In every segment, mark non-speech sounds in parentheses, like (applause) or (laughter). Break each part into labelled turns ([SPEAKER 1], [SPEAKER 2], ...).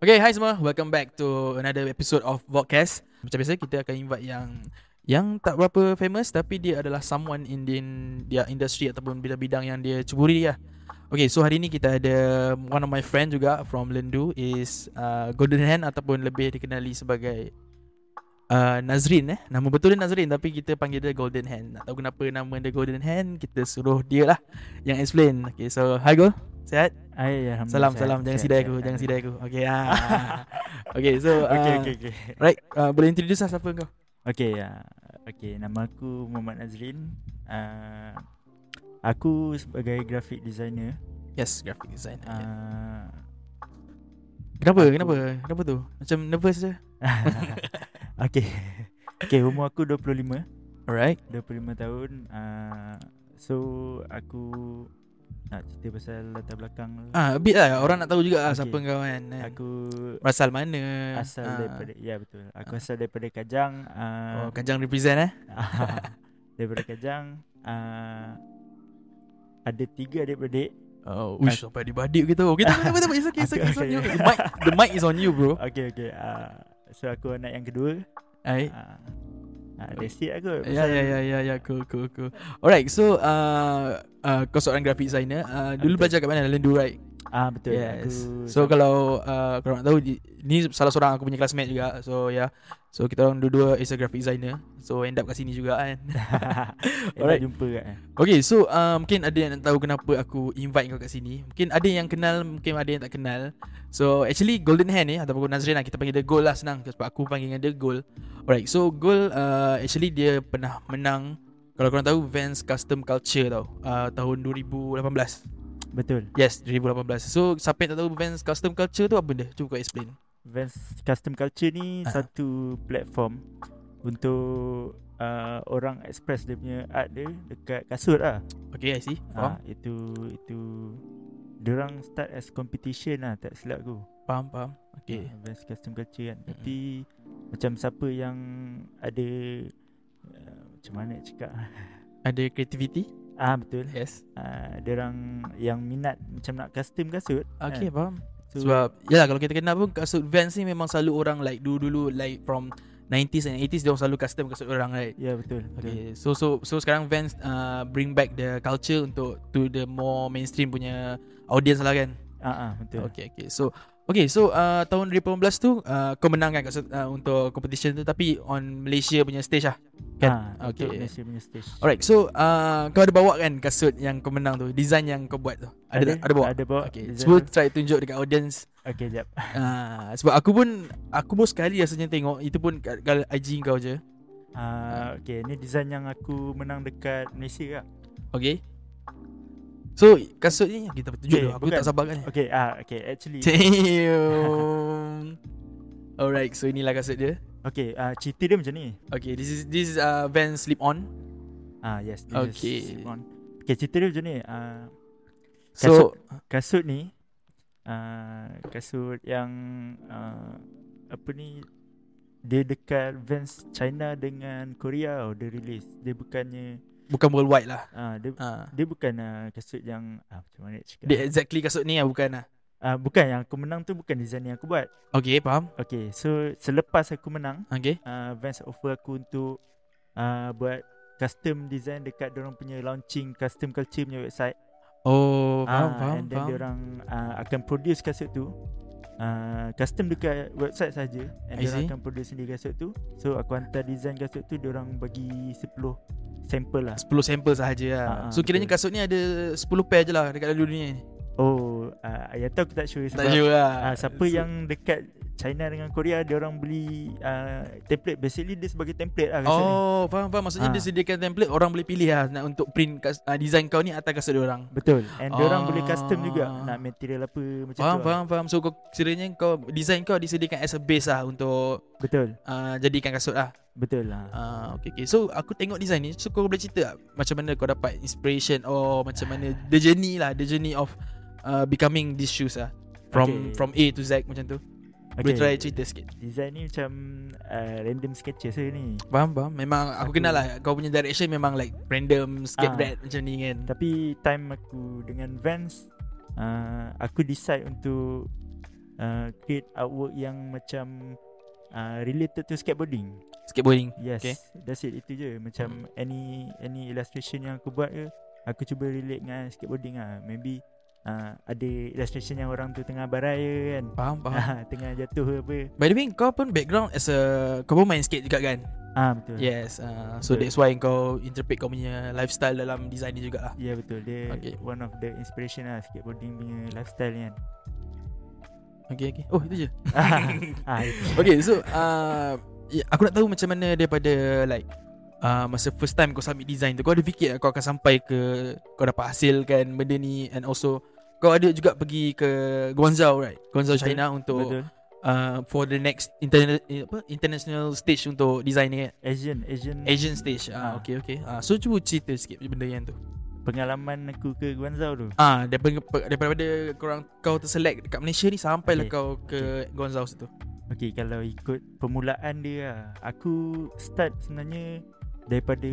[SPEAKER 1] Okay, hi semua. Welcome back to another episode of Vodcast. Macam biasa, kita akan invite yang yang tak berapa famous tapi dia adalah someone in the dia industry ataupun bidang-bidang yang dia ceburi dia. Okay, so hari ni kita ada one of my friend juga from Lendu is uh, Golden Hand ataupun lebih dikenali sebagai uh, Nazrin eh. Nama betul dia Nazrin tapi kita panggil dia Golden Hand. Tak tahu kenapa nama dia Golden Hand, kita suruh dia lah yang explain. Okay, so hi Gol. Sihat?
[SPEAKER 2] Ay, Ah, ya, alhamdulillah.
[SPEAKER 1] Salam
[SPEAKER 2] sihat,
[SPEAKER 1] salam jangan
[SPEAKER 2] sihat,
[SPEAKER 1] sidai
[SPEAKER 2] sihat,
[SPEAKER 1] aku jangan
[SPEAKER 2] sihat. (laughs)
[SPEAKER 1] sidai aku. Okey ah. Okey so uh,
[SPEAKER 2] Okey okey okey.
[SPEAKER 1] Right, uh, boleh introduce lah siapa kau?
[SPEAKER 2] Okey ya. Okey, nama aku Muhammad Nazrin. Uh, aku sebagai graphic designer.
[SPEAKER 1] Yes, graphic design. Uh,
[SPEAKER 2] Uh,
[SPEAKER 1] kenapa?
[SPEAKER 2] aku-
[SPEAKER 1] Kenapa? Kenapa tu? Macam nervous je.
[SPEAKER 2] (laughs) okey. Okey, umur aku 25,
[SPEAKER 1] Alright.
[SPEAKER 2] 25 tahun. Uh, so aku nak cerita pasal latar belakang dulu.
[SPEAKER 1] Ah, a bit lah orang nak tahu juga lah
[SPEAKER 2] Okey.
[SPEAKER 1] siapa kau kan. Aku
[SPEAKER 2] Aku
[SPEAKER 1] berasal mana?
[SPEAKER 2] asal
[SPEAKER 1] Ah.
[SPEAKER 2] daripada ya betul. Aku asal daripada Kajang. Uh,
[SPEAKER 1] Oh, Kanjang represent eh.
[SPEAKER 2] (laughs) daripada Kajang uh, ada tiga adik-beradik
[SPEAKER 1] Oh, wish sampai dibadik kita. Okay, tak apa, tak apa, tak apa. It's okay, it's okay, it's on
[SPEAKER 2] Okay,
[SPEAKER 1] (laughs) you.
[SPEAKER 2] okay.
[SPEAKER 1] The mic, the mic is on you, bro.
[SPEAKER 2] Okay okay uh, So aku anak yang kedua
[SPEAKER 1] Alright.
[SPEAKER 2] uh, uh, That's it aku
[SPEAKER 1] Ya ya ya ya ya cool cool cool. Alright, so uh, uh, kau seorang graphic designer. Uh, dulu belajar
[SPEAKER 2] Betul.
[SPEAKER 1] kat mana? Lendu right?
[SPEAKER 2] Ah Betul
[SPEAKER 1] Yes.
[SPEAKER 2] aku
[SPEAKER 1] So
[SPEAKER 2] (laughs)
[SPEAKER 1] kalau uh, korang nak tahu di, ni salah seorang aku punya classmate juga. So yeah. So kita orang dua-dua is a graphic designer. So end up kat sini juga kan. (laughs) Alright.
[SPEAKER 2] Alright jumpa kat
[SPEAKER 1] Okay so uh, mungkin ada yang nak tahu kenapa aku invite kau kat sini. Mungkin ada yang kenal, mungkin ada yang tak kenal. So actually Golden Hand ni ataupun Nazrin lah kita panggil dia Gold lah senang sebab aku panggil dia Gold. Alright. So Gold uh, actually dia pernah menang kalau korang tahu Vans Custom Culture tau uh, tahun 2018.
[SPEAKER 2] Betul
[SPEAKER 1] Yes 2018 So siapa yang tak tahu Vans Custom Culture tu apa benda Cuba kau explain
[SPEAKER 2] Vans Custom Culture ni
[SPEAKER 1] Ah.
[SPEAKER 2] Satu platform Untuk uh, Orang express dia punya art dia Dekat kasut lah
[SPEAKER 1] Okay I see
[SPEAKER 2] ah,
[SPEAKER 1] Faham
[SPEAKER 2] Itu Itu Diorang start as competition lah Tak silap aku
[SPEAKER 1] Faham faham Okay
[SPEAKER 2] Ah, Advanced custom culture kan
[SPEAKER 1] Mm-mm.
[SPEAKER 2] Tapi Macam siapa yang Ada uh, Macam mana nak cakap (laughs)
[SPEAKER 1] Ada creativity
[SPEAKER 2] Ah betul
[SPEAKER 1] Yes
[SPEAKER 2] uh, Diorang Yang minat Macam nak custom kasut
[SPEAKER 1] Okay
[SPEAKER 2] kan?
[SPEAKER 1] faham Sebab Yalah kalau kita kenal pun Kasut Vans ni memang selalu orang Like dulu-dulu Like from 90s and 80s Dia orang selalu custom kasut orang right
[SPEAKER 2] Ya betul, betul.
[SPEAKER 1] Okay so so so sekarang Vans uh, Bring back the culture Untuk to the more mainstream punya Audience lah kan
[SPEAKER 2] Ah, ah, betul
[SPEAKER 1] Okay okay So Okay so uh, tahun 2018 tu uh, Kau menang kan kasut, uh, Untuk competition tu Tapi on Malaysia punya stage lah Kan
[SPEAKER 2] Ah,
[SPEAKER 1] Okay.
[SPEAKER 2] Untuk Malaysia punya stage
[SPEAKER 1] Alright, so uh, kau ada bawa kan kasut yang kau menang tu, design yang kau buat tu. Ada, ada, ada bawa.
[SPEAKER 2] Ada bawa
[SPEAKER 1] Okay,
[SPEAKER 2] design
[SPEAKER 1] cuba
[SPEAKER 2] tu.
[SPEAKER 1] try tunjuk dekat audience.
[SPEAKER 2] Okay jap
[SPEAKER 1] Uh, sebab aku pun aku pun sekali rasanya tengok itu pun kat, kat IG kau je.
[SPEAKER 2] ah, Okay ni design yang aku Menang dekat Malaysia lah
[SPEAKER 1] Okay. So kasut ni kita tunjuk
[SPEAKER 2] Eh,
[SPEAKER 1] dulu. Aku
[SPEAKER 2] bukan.
[SPEAKER 1] tak sabar kan. ni.
[SPEAKER 2] Okay ah, okay actually
[SPEAKER 1] (laughs) Damn. Alright, so inilah kasut dia.
[SPEAKER 2] Okay ah, cerita dia macam ni
[SPEAKER 1] Okay, this is this is uh, Van slip on.
[SPEAKER 2] Ah yes this is
[SPEAKER 1] Okay.
[SPEAKER 2] Simon. Okay cerita dia macam ni ah,
[SPEAKER 1] So
[SPEAKER 2] kasut ni uh, kasut yang uh, apa ni dia dekat Vans China dengan Korea tau dia release dia bukannya
[SPEAKER 1] bukan worldwide lah.
[SPEAKER 2] uh, dia
[SPEAKER 1] Uh,
[SPEAKER 2] dia bukan uh, kasut yang uh, macam mana nak cakap
[SPEAKER 1] dia exactly kasut ni lah bukan lah.
[SPEAKER 2] uh, bukan yang aku menang tu bukan design yang aku buat
[SPEAKER 1] Okay, faham?
[SPEAKER 2] okay so selepas aku menang
[SPEAKER 1] Okay.
[SPEAKER 2] uh, Vans offer aku untuk uh, buat custom design dekat orang punya launching custom culture punya website
[SPEAKER 1] Oh, faham,
[SPEAKER 2] Ah,
[SPEAKER 1] faham,
[SPEAKER 2] And then
[SPEAKER 1] faham.
[SPEAKER 2] diorang uh, akan produce kasut tu uh, Custom dekat website saja, And
[SPEAKER 1] I see.
[SPEAKER 2] diorang akan produce sendiri kasut tu So aku hantar design kasut tu Diorang bagi 10 sampel lah
[SPEAKER 1] 10 sampel sahaja lah.
[SPEAKER 2] Ah, ah,
[SPEAKER 1] so kiranya kasut
[SPEAKER 2] betul.
[SPEAKER 1] ni ada 10 pair je lah dekat dalam dunia ni.
[SPEAKER 2] Oh uh, Yang tu aku tak sure
[SPEAKER 1] Tak
[SPEAKER 2] sebab
[SPEAKER 1] sure lah.
[SPEAKER 2] uh, Siapa
[SPEAKER 1] So-
[SPEAKER 2] yang dekat China dengan Korea Diorang beli uh, template Basically dia sebagai template lah kasut ni
[SPEAKER 1] Oh, faham faham. Maksudnya
[SPEAKER 2] Ah.
[SPEAKER 1] dia sediakan template orang boleh pilih lah nak untuk print kas, uh, design kau ni atas kasut dia orang.
[SPEAKER 2] Betul And diorang boleh custom juga
[SPEAKER 1] Ah.
[SPEAKER 2] Nak material apa macam
[SPEAKER 1] Faham
[SPEAKER 2] tu lah.
[SPEAKER 1] faham faham. So kau kiranya kau design kau disediakan as a base lah untuk
[SPEAKER 2] Betul
[SPEAKER 1] uh, jadikan kasut lah.
[SPEAKER 2] Betul lah
[SPEAKER 1] Ah, okay, okay. So aku tengok design ni So kau boleh cerita tak Macam mana kau dapat inspiration Or macam mana The journey lah The journey of uh, Becoming these shoes lah From
[SPEAKER 2] Okay.
[SPEAKER 1] from A to Z macam tu Boleh try cerita sikit
[SPEAKER 2] Design ni macam uh, Random sketches je ni
[SPEAKER 1] Faham faham Memang aku,
[SPEAKER 2] Aku-
[SPEAKER 1] kenal lah Kau punya direction memang like Random skate
[SPEAKER 2] Ah.
[SPEAKER 1] red macam ni kan
[SPEAKER 2] Tapi time aku dengan Vans uh, Aku decide untuk uh, create artwork yang macam uh, related to skateboarding.
[SPEAKER 1] Skateboarding.
[SPEAKER 2] Yes,
[SPEAKER 1] Okay.
[SPEAKER 2] okay. that's it itu je. Macam hmm. any any illustration yang aku buat ke, aku cuba relate dengan skateboarding ah. Maybe uh, ada illustration yang orang tu tengah barai ke kan.
[SPEAKER 1] Faham, faham.
[SPEAKER 2] (laughs) Ah, tengah jatuh ke apa.
[SPEAKER 1] (laughs) By the way, kau pun background as a kau pun main skate juga kan?
[SPEAKER 2] Ah betul. Ya
[SPEAKER 1] Yes. Uh, so that's why kau interpret kau punya lifestyle dalam design lah. ni jugalah.
[SPEAKER 2] yeah, betul. Dia
[SPEAKER 1] Okay.
[SPEAKER 2] okay. one of the inspiration lah skateboarding punya lifestyle
[SPEAKER 1] (laughs)
[SPEAKER 2] ni kan. (laughs)
[SPEAKER 1] Okay, okay. Oh, itu je.
[SPEAKER 2] ah, itu.
[SPEAKER 1] Okay, so uh, ya, aku nak tahu macam mana daripada like uh, masa first time kau submit design tu kau ada fikir tak kau akan sampai ke kau dapat hasilkan benda ni and also kau ada juga pergi ke Guangzhou right? Guangzhou
[SPEAKER 2] Betul,
[SPEAKER 1] China untuk
[SPEAKER 2] betul.
[SPEAKER 1] uh, for the next interna- eh, apa international stage untuk design ni kan?
[SPEAKER 2] Asian Asian
[SPEAKER 1] Asian stage. Ah,
[SPEAKER 2] Ah.
[SPEAKER 1] okay okay. Ah, so cuba cerita sikit benda yang tu.
[SPEAKER 2] pengalaman aku ke Guangzhou tu.
[SPEAKER 1] Ah, daripada daripada korang kau terselect dekat Malaysia ni sampailah
[SPEAKER 2] Okay,
[SPEAKER 1] kau ke Guangzhou situ.
[SPEAKER 2] Okay kalau ikut permulaan dia lah Aku start sebenarnya Daripada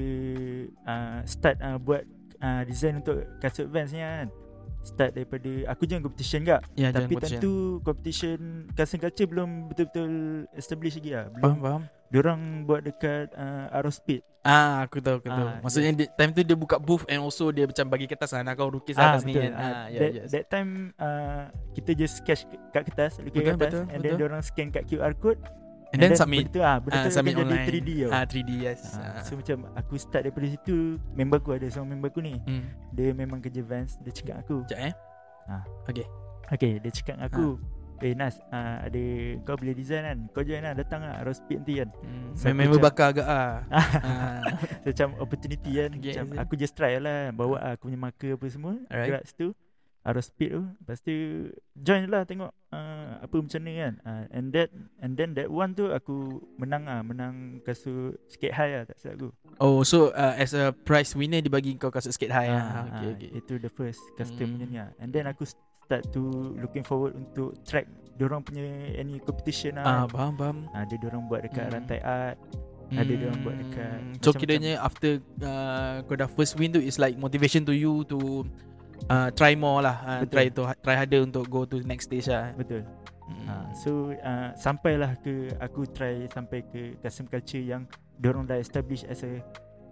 [SPEAKER 2] uh, Start uh, buat uh, Design untuk kasut Vans ni kan Start daripada Aku join competition kak
[SPEAKER 1] Ya,
[SPEAKER 2] Tapi
[SPEAKER 1] jangan
[SPEAKER 2] time
[SPEAKER 1] potong.
[SPEAKER 2] tu Competition Custom Culture belum betul-betul Establish lagi lah Belum
[SPEAKER 1] Faham faham.
[SPEAKER 2] Diorang buat dekat uh, Arrow Speed
[SPEAKER 1] Ah, aku tahu, aku tahu.
[SPEAKER 2] Ah,
[SPEAKER 1] Maksudnya dia, time tu dia buka booth and also dia macam bagi kertas lah, nak kau lukis
[SPEAKER 2] Ah,
[SPEAKER 1] atas ni
[SPEAKER 2] betul.
[SPEAKER 1] kan.
[SPEAKER 2] Ah,
[SPEAKER 1] Ah, ya,
[SPEAKER 2] that,
[SPEAKER 1] yes.
[SPEAKER 2] that time uh, Kita just sketch kat kertas
[SPEAKER 1] Betul,
[SPEAKER 2] Lukis kat kertas
[SPEAKER 1] betul,
[SPEAKER 2] And
[SPEAKER 1] betul.
[SPEAKER 2] then diorang scan kat QR code
[SPEAKER 1] and then submit.
[SPEAKER 2] Benda tu, ah, benda
[SPEAKER 1] Ah,
[SPEAKER 2] tu akan
[SPEAKER 1] submit
[SPEAKER 2] jadi
[SPEAKER 1] online.
[SPEAKER 2] 3D tau
[SPEAKER 1] Ah, 3D, yes.
[SPEAKER 2] Ha,
[SPEAKER 1] Ah.
[SPEAKER 2] so macam aku start daripada situ Member aku ada seorang member aku ni
[SPEAKER 1] Hmm,
[SPEAKER 2] Dia memang kerja Vans Dia cakap aku
[SPEAKER 1] sekejap eh.
[SPEAKER 2] Okay dia cakap aku
[SPEAKER 1] Ah.
[SPEAKER 2] Eh Nas uh, ada Kau boleh design kan Kau join lah datang lah Rospit nanti kan
[SPEAKER 1] Hmm,
[SPEAKER 2] So,
[SPEAKER 1] memang
[SPEAKER 2] macam-
[SPEAKER 1] bakar agak ah. ah.
[SPEAKER 2] (laughs) so, Macam opportunity kan
[SPEAKER 1] Okay,
[SPEAKER 2] Macam
[SPEAKER 1] yeah.
[SPEAKER 2] aku just try lah Bawa lah aku punya marker apa semua
[SPEAKER 1] Alright.
[SPEAKER 2] Gerak situ Aerospeed tu Lepas tu Join lah tengok uh, Apa macam ni kan uh, And that And then that one tu Aku menang lah Menang kasut Skate high lah Tak silap aku
[SPEAKER 1] Oh, so uh, as a prize winner dibagi kau kasut skate high ah.
[SPEAKER 2] Ah,
[SPEAKER 1] Okay,
[SPEAKER 2] ah,
[SPEAKER 1] okay.
[SPEAKER 2] Itu the first
[SPEAKER 1] Hmm.
[SPEAKER 2] custom punya ni lah. And then aku start to looking forward untuk track Diorang punya any competition
[SPEAKER 1] Ah,
[SPEAKER 2] lah
[SPEAKER 1] faham, faham.
[SPEAKER 2] ah, Ada diorang buat dekat
[SPEAKER 1] Hmm.
[SPEAKER 2] rantai art Ada dia orang buat dekat
[SPEAKER 1] Hmm, So
[SPEAKER 2] macam-macam.
[SPEAKER 1] kiranya after uh, Kau dah first win tu It's like motivation to you To uh, Try more lah uh,
[SPEAKER 2] Betul.
[SPEAKER 1] Try to Try harder untuk go to next stage lah
[SPEAKER 2] Betul
[SPEAKER 1] Hmm.
[SPEAKER 2] ah, So ah, sampailah ke Aku try sampai ke custom culture yang Diorang dah establish as a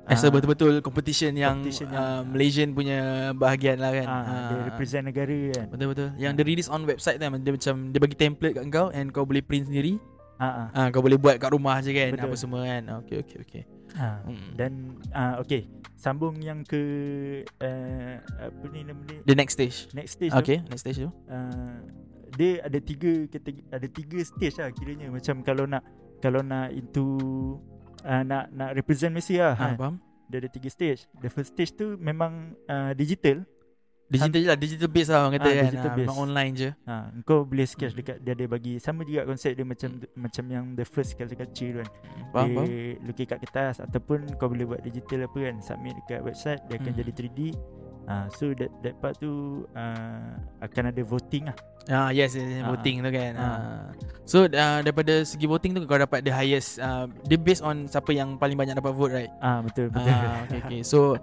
[SPEAKER 1] As a
[SPEAKER 2] ah,
[SPEAKER 1] betul-betul competition yang,
[SPEAKER 2] competition yang-
[SPEAKER 1] uh, Malaysian punya bahagian lah kan
[SPEAKER 2] ah, Dia
[SPEAKER 1] Ah,
[SPEAKER 2] represent negara kan
[SPEAKER 1] Betul-betul Yang dia release on website tu kan, Dia macam Dia bagi template kat kau And kau boleh print sendiri
[SPEAKER 2] ah, ah.
[SPEAKER 1] Ah, Kau boleh buat kat rumah je kan
[SPEAKER 2] Betul.
[SPEAKER 1] Apa semua kan Okay okay okay
[SPEAKER 2] Ah.
[SPEAKER 1] Hmm.
[SPEAKER 2] Dan ah, okay Sambung yang ke uh, Apa ni nama dia
[SPEAKER 1] The next stage
[SPEAKER 2] Next stage tu.
[SPEAKER 1] Okay next stage tu
[SPEAKER 2] uh, dia ada tiga kategori ada tiga stage lah kiranya macam kalau nak kalau nak into uh, nak nak represent Messi lah
[SPEAKER 1] Ah,
[SPEAKER 2] ha.
[SPEAKER 1] Faham
[SPEAKER 2] dia ada tiga stage the first stage tu memang uh, digital
[SPEAKER 1] Digital je lah Digital based lah orang kata
[SPEAKER 2] Ah,
[SPEAKER 1] kan
[SPEAKER 2] digital
[SPEAKER 1] Ah,
[SPEAKER 2] based.
[SPEAKER 1] memang online je
[SPEAKER 2] ha, kau boleh sketch dekat dia ada bagi sama juga konsep dia macam macam yang the first kali kecil kan
[SPEAKER 1] Faham
[SPEAKER 2] dia
[SPEAKER 1] faham
[SPEAKER 2] lukis kat kertas ataupun kau boleh buat digital apa kan submit dekat website dia akan
[SPEAKER 1] Hmm.
[SPEAKER 2] jadi 3D uh, so that, that part tu uh, akan ada voting lah
[SPEAKER 1] Ah yes, yes, yes
[SPEAKER 2] Ah,
[SPEAKER 1] voting tu kan.
[SPEAKER 2] ah.
[SPEAKER 1] Ah. So uh, daripada segi voting tu kau dapat the highest uh, dia based on siapa yang paling banyak dapat vote right.
[SPEAKER 2] ah betul betul
[SPEAKER 1] (laughs) Ah okay, okay. So